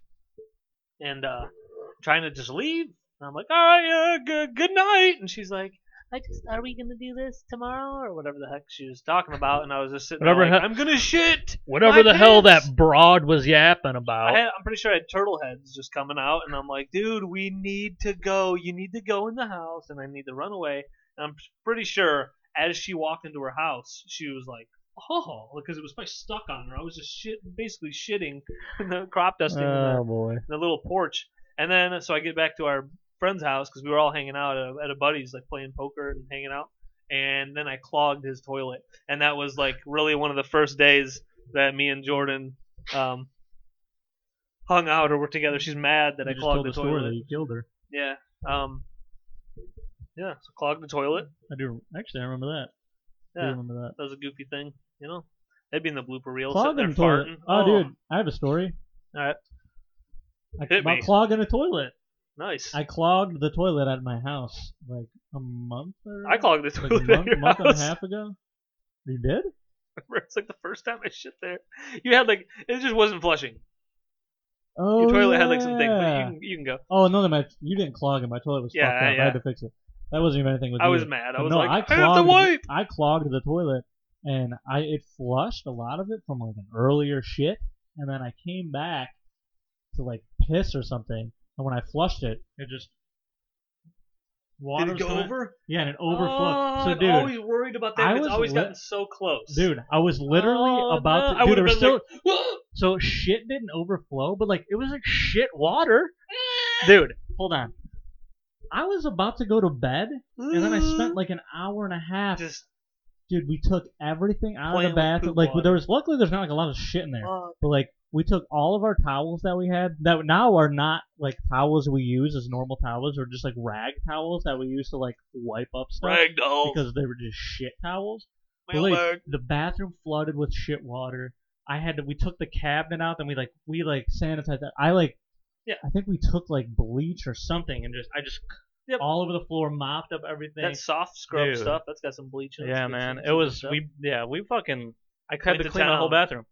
Speaker 1: and uh, trying to just leave. And I'm like, all right, uh, good, good night. And she's like, I just, are we gonna do this tomorrow or whatever the heck she was talking about? And I was just sitting there
Speaker 2: Whatever
Speaker 1: like,
Speaker 2: he-
Speaker 1: I'm gonna shit.
Speaker 2: Whatever the hell that
Speaker 1: pants.
Speaker 2: broad was yapping
Speaker 1: I
Speaker 2: about.
Speaker 1: had, I'm pretty sure I had turtle heads just coming out, and I'm like, dude, we need to go. You need to go in the house, and I need to run away. And I'm pretty sure as she walked into her house, she was like, oh, because it was probably stuck on her. I was just shit, basically shitting in the crop dusting in the
Speaker 3: Oh boy.
Speaker 1: the little porch. And then so I get back to our friend's house because we were all hanging out at a, at a buddy's, like playing poker and hanging out. And then I clogged his toilet, and that was like really one of the first days that me and Jordan um, hung out or were together. She's mad that
Speaker 3: You
Speaker 1: I
Speaker 3: just
Speaker 1: clogged
Speaker 3: told
Speaker 1: the,
Speaker 3: the story that
Speaker 1: toilet.
Speaker 3: you killed her.
Speaker 1: Yeah. Um, yeah. So clogged the toilet.
Speaker 3: I do. Actually, I remember that. I do
Speaker 1: Yeah.
Speaker 3: remember that.
Speaker 1: That was a goofy thing, you know. That'd be in the blooper reel. sitting
Speaker 3: Clogging
Speaker 1: there
Speaker 3: the toilet.
Speaker 2: Ah,
Speaker 1: farting. Oh.
Speaker 3: Oh, dude, I have a story.
Speaker 1: All right.
Speaker 3: Like,
Speaker 1: Hit
Speaker 3: about
Speaker 1: me.
Speaker 3: clogging a toilet.
Speaker 1: Nice. I,
Speaker 2: I clogged the toilet at my house like a month or
Speaker 1: clogged the
Speaker 2: like a
Speaker 1: toilet at
Speaker 2: month,
Speaker 1: your
Speaker 2: month and a
Speaker 1: house.
Speaker 2: half ago. You did?
Speaker 1: It's like the first time I shit there. You had like it just wasn't flushing.
Speaker 2: Oh,
Speaker 1: Your toilet had like something, but
Speaker 2: yeah.
Speaker 1: you can, you can go.
Speaker 2: Oh no, no, my you didn't clog it. My toilet was
Speaker 1: Yeah,
Speaker 2: fucked up. I
Speaker 1: yeah.
Speaker 2: had to fix it. That wasn't even anything with
Speaker 1: I
Speaker 2: you.
Speaker 1: was mad. I
Speaker 2: But
Speaker 1: was
Speaker 2: no,
Speaker 1: like,
Speaker 2: I
Speaker 1: I, have to
Speaker 2: clogged the-
Speaker 1: wipe.
Speaker 2: I clogged the toilet, and I it flushed a lot of it from like an earlier shit, and then I came back to like piss or something, and when I flushed it,
Speaker 8: It just water
Speaker 1: over?
Speaker 2: yeah, and it overflowed.
Speaker 1: Oh,
Speaker 2: so
Speaker 1: I'm
Speaker 2: dude,
Speaker 1: always worried about that.
Speaker 2: I
Speaker 1: 'cause
Speaker 2: was
Speaker 1: It's always
Speaker 2: lit-
Speaker 1: gotten so close,
Speaker 2: dude, I was literally
Speaker 1: Oh,
Speaker 2: about
Speaker 1: no.
Speaker 2: to.
Speaker 1: I
Speaker 2: Dude, there
Speaker 1: would've
Speaker 2: was
Speaker 1: been
Speaker 2: still
Speaker 1: like,
Speaker 2: so shit didn't overflow, but like it was like shit water, dude. Hold on. I was about to go to bed, and then I spent like an hour and a half
Speaker 1: just
Speaker 2: dude, we took everything out of
Speaker 1: Playing
Speaker 2: the
Speaker 1: with
Speaker 2: bathroom.
Speaker 1: poop
Speaker 2: Like
Speaker 1: water.
Speaker 2: there was luckily there's not like a lot of shit in there,
Speaker 1: Fuck.
Speaker 2: but like we took all of our towels that we had that now are not like towels we use as normal towels or just like rag towels that we use to like wipe up stuff
Speaker 1: ragdoll.
Speaker 2: because they were just shit towels. But, like,
Speaker 1: Mailbag.
Speaker 2: the bathroom flooded with shit water. I had to. We took the cabinet out, then we like we like sanitized that. I like.
Speaker 1: Yeah.
Speaker 2: I think we took like bleach or something and just I just
Speaker 1: Yep.
Speaker 2: all over the floor mopped up everything.
Speaker 1: That soft scrub
Speaker 8: Dude.
Speaker 1: stuff. That's got some bleach in it.
Speaker 8: Yeah,
Speaker 1: It's got
Speaker 8: man.
Speaker 1: some-
Speaker 8: It was
Speaker 1: some
Speaker 8: we. Yeah, we fucking. I had
Speaker 1: Went
Speaker 8: to
Speaker 1: to
Speaker 8: clean the whole
Speaker 1: town.
Speaker 8: bathroom.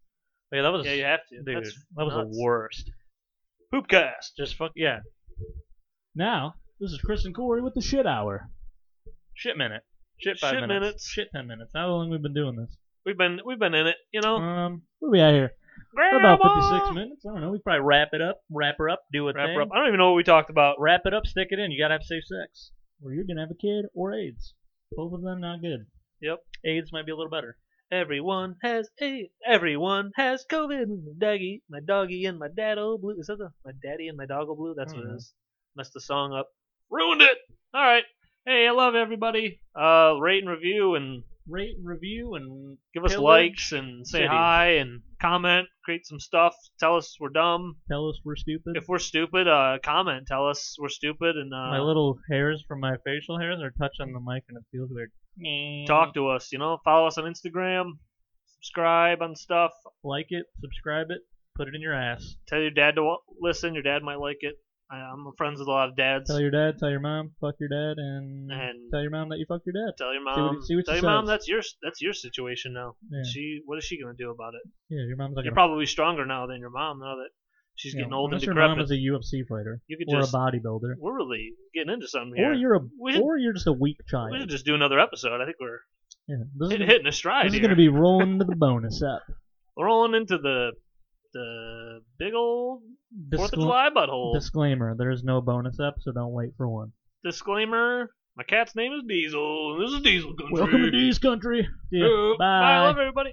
Speaker 8: Yeah, that was.
Speaker 1: stuff. Yeah, you have to.
Speaker 8: dude,
Speaker 1: That's
Speaker 8: that was
Speaker 1: nuts.
Speaker 8: the worst.
Speaker 1: Poopcast.
Speaker 8: Just fuck. Yeah,
Speaker 2: now this is Chris and Corey with the shit hour.
Speaker 8: shit minute. Shit five
Speaker 1: Shit
Speaker 8: minutes.
Speaker 1: minutes.
Speaker 2: Shit, ten minutes. How long we've been doing this?
Speaker 1: We've been we've been in it. You know.
Speaker 2: Um, where we at here? We're about fifty-six minutes. I don't know. We probably wrap it up.
Speaker 8: Wrap her up. Do a
Speaker 1: Wrap
Speaker 8: thing.
Speaker 1: her up. I don't even know what we talked about.
Speaker 8: Wrap it up. Stick it in. You gotta have safe sex.
Speaker 2: Or you're gonna have a kid or AIDS. Both of them not good.
Speaker 8: AIDS might be a little better.
Speaker 1: Everyone has AIDS. Everyone has COVID. My doggy, my doggy, and my dad old blue. Is that the my daddy and my doggo blue? That's
Speaker 8: Mm-hmm.
Speaker 1: what it is. Messed the song up. Ruined it. All right. Hey, I love everybody. Uh, rate and review and
Speaker 8: Rate and review and
Speaker 1: give us
Speaker 8: Pillage
Speaker 1: likes and say
Speaker 8: cities.
Speaker 1: hi and comment. Create some stuff. Tell us we're dumb.
Speaker 2: Tell us we're stupid.
Speaker 1: If we're stupid, uh, comment. Tell us we're stupid and
Speaker 8: my
Speaker 1: uh,
Speaker 8: little hairs from my facial hairs are touching the mic and it feels weird.
Speaker 1: talk to us. You know, follow us on Instagram. Subscribe on stuff.
Speaker 8: Like it. Subscribe it. Put it in your ass.
Speaker 1: Tell your dad to wa- listen. Your dad might like it. I, I'm friends with a lot of dads.
Speaker 2: Tell your dad. Tell your mom. Fuck your dad. And,
Speaker 1: And-
Speaker 2: tell your mom that you fucked your dad.
Speaker 1: Tell your
Speaker 2: what-
Speaker 1: mom.
Speaker 2: see what
Speaker 1: tell
Speaker 2: she
Speaker 1: your mom
Speaker 2: says.
Speaker 1: that's your that's your situation now.
Speaker 2: Yeah.
Speaker 1: She what is she gonna do about it?
Speaker 2: Yeah, your mom's like.
Speaker 1: You're probably stronger now than your mom now that she's getting old and
Speaker 2: unless your mom
Speaker 1: decrepit.
Speaker 2: is a UFC fighter
Speaker 1: you could
Speaker 2: or
Speaker 1: just
Speaker 2: a bodybuilder,
Speaker 1: we're really getting into something here.
Speaker 2: or you're a,
Speaker 1: We should-
Speaker 2: or you're just a weak child.
Speaker 1: we should just do another episode. I think we're
Speaker 2: yeah, this is,
Speaker 1: hit,
Speaker 2: gonna-
Speaker 1: hitting a stride
Speaker 2: this is
Speaker 1: here.
Speaker 2: gonna be rolling to the bonus up.
Speaker 1: We're rolling into the the big old Fourth of
Speaker 2: Discla-
Speaker 1: July butthole.
Speaker 2: Disclaimer: There is no bonus up, so don't wait for one.
Speaker 1: Disclaimer: My cat's name is Diesel. and This is Diesel Country.
Speaker 2: Welcome to D's country. See ya.
Speaker 1: Bye. I love everybody.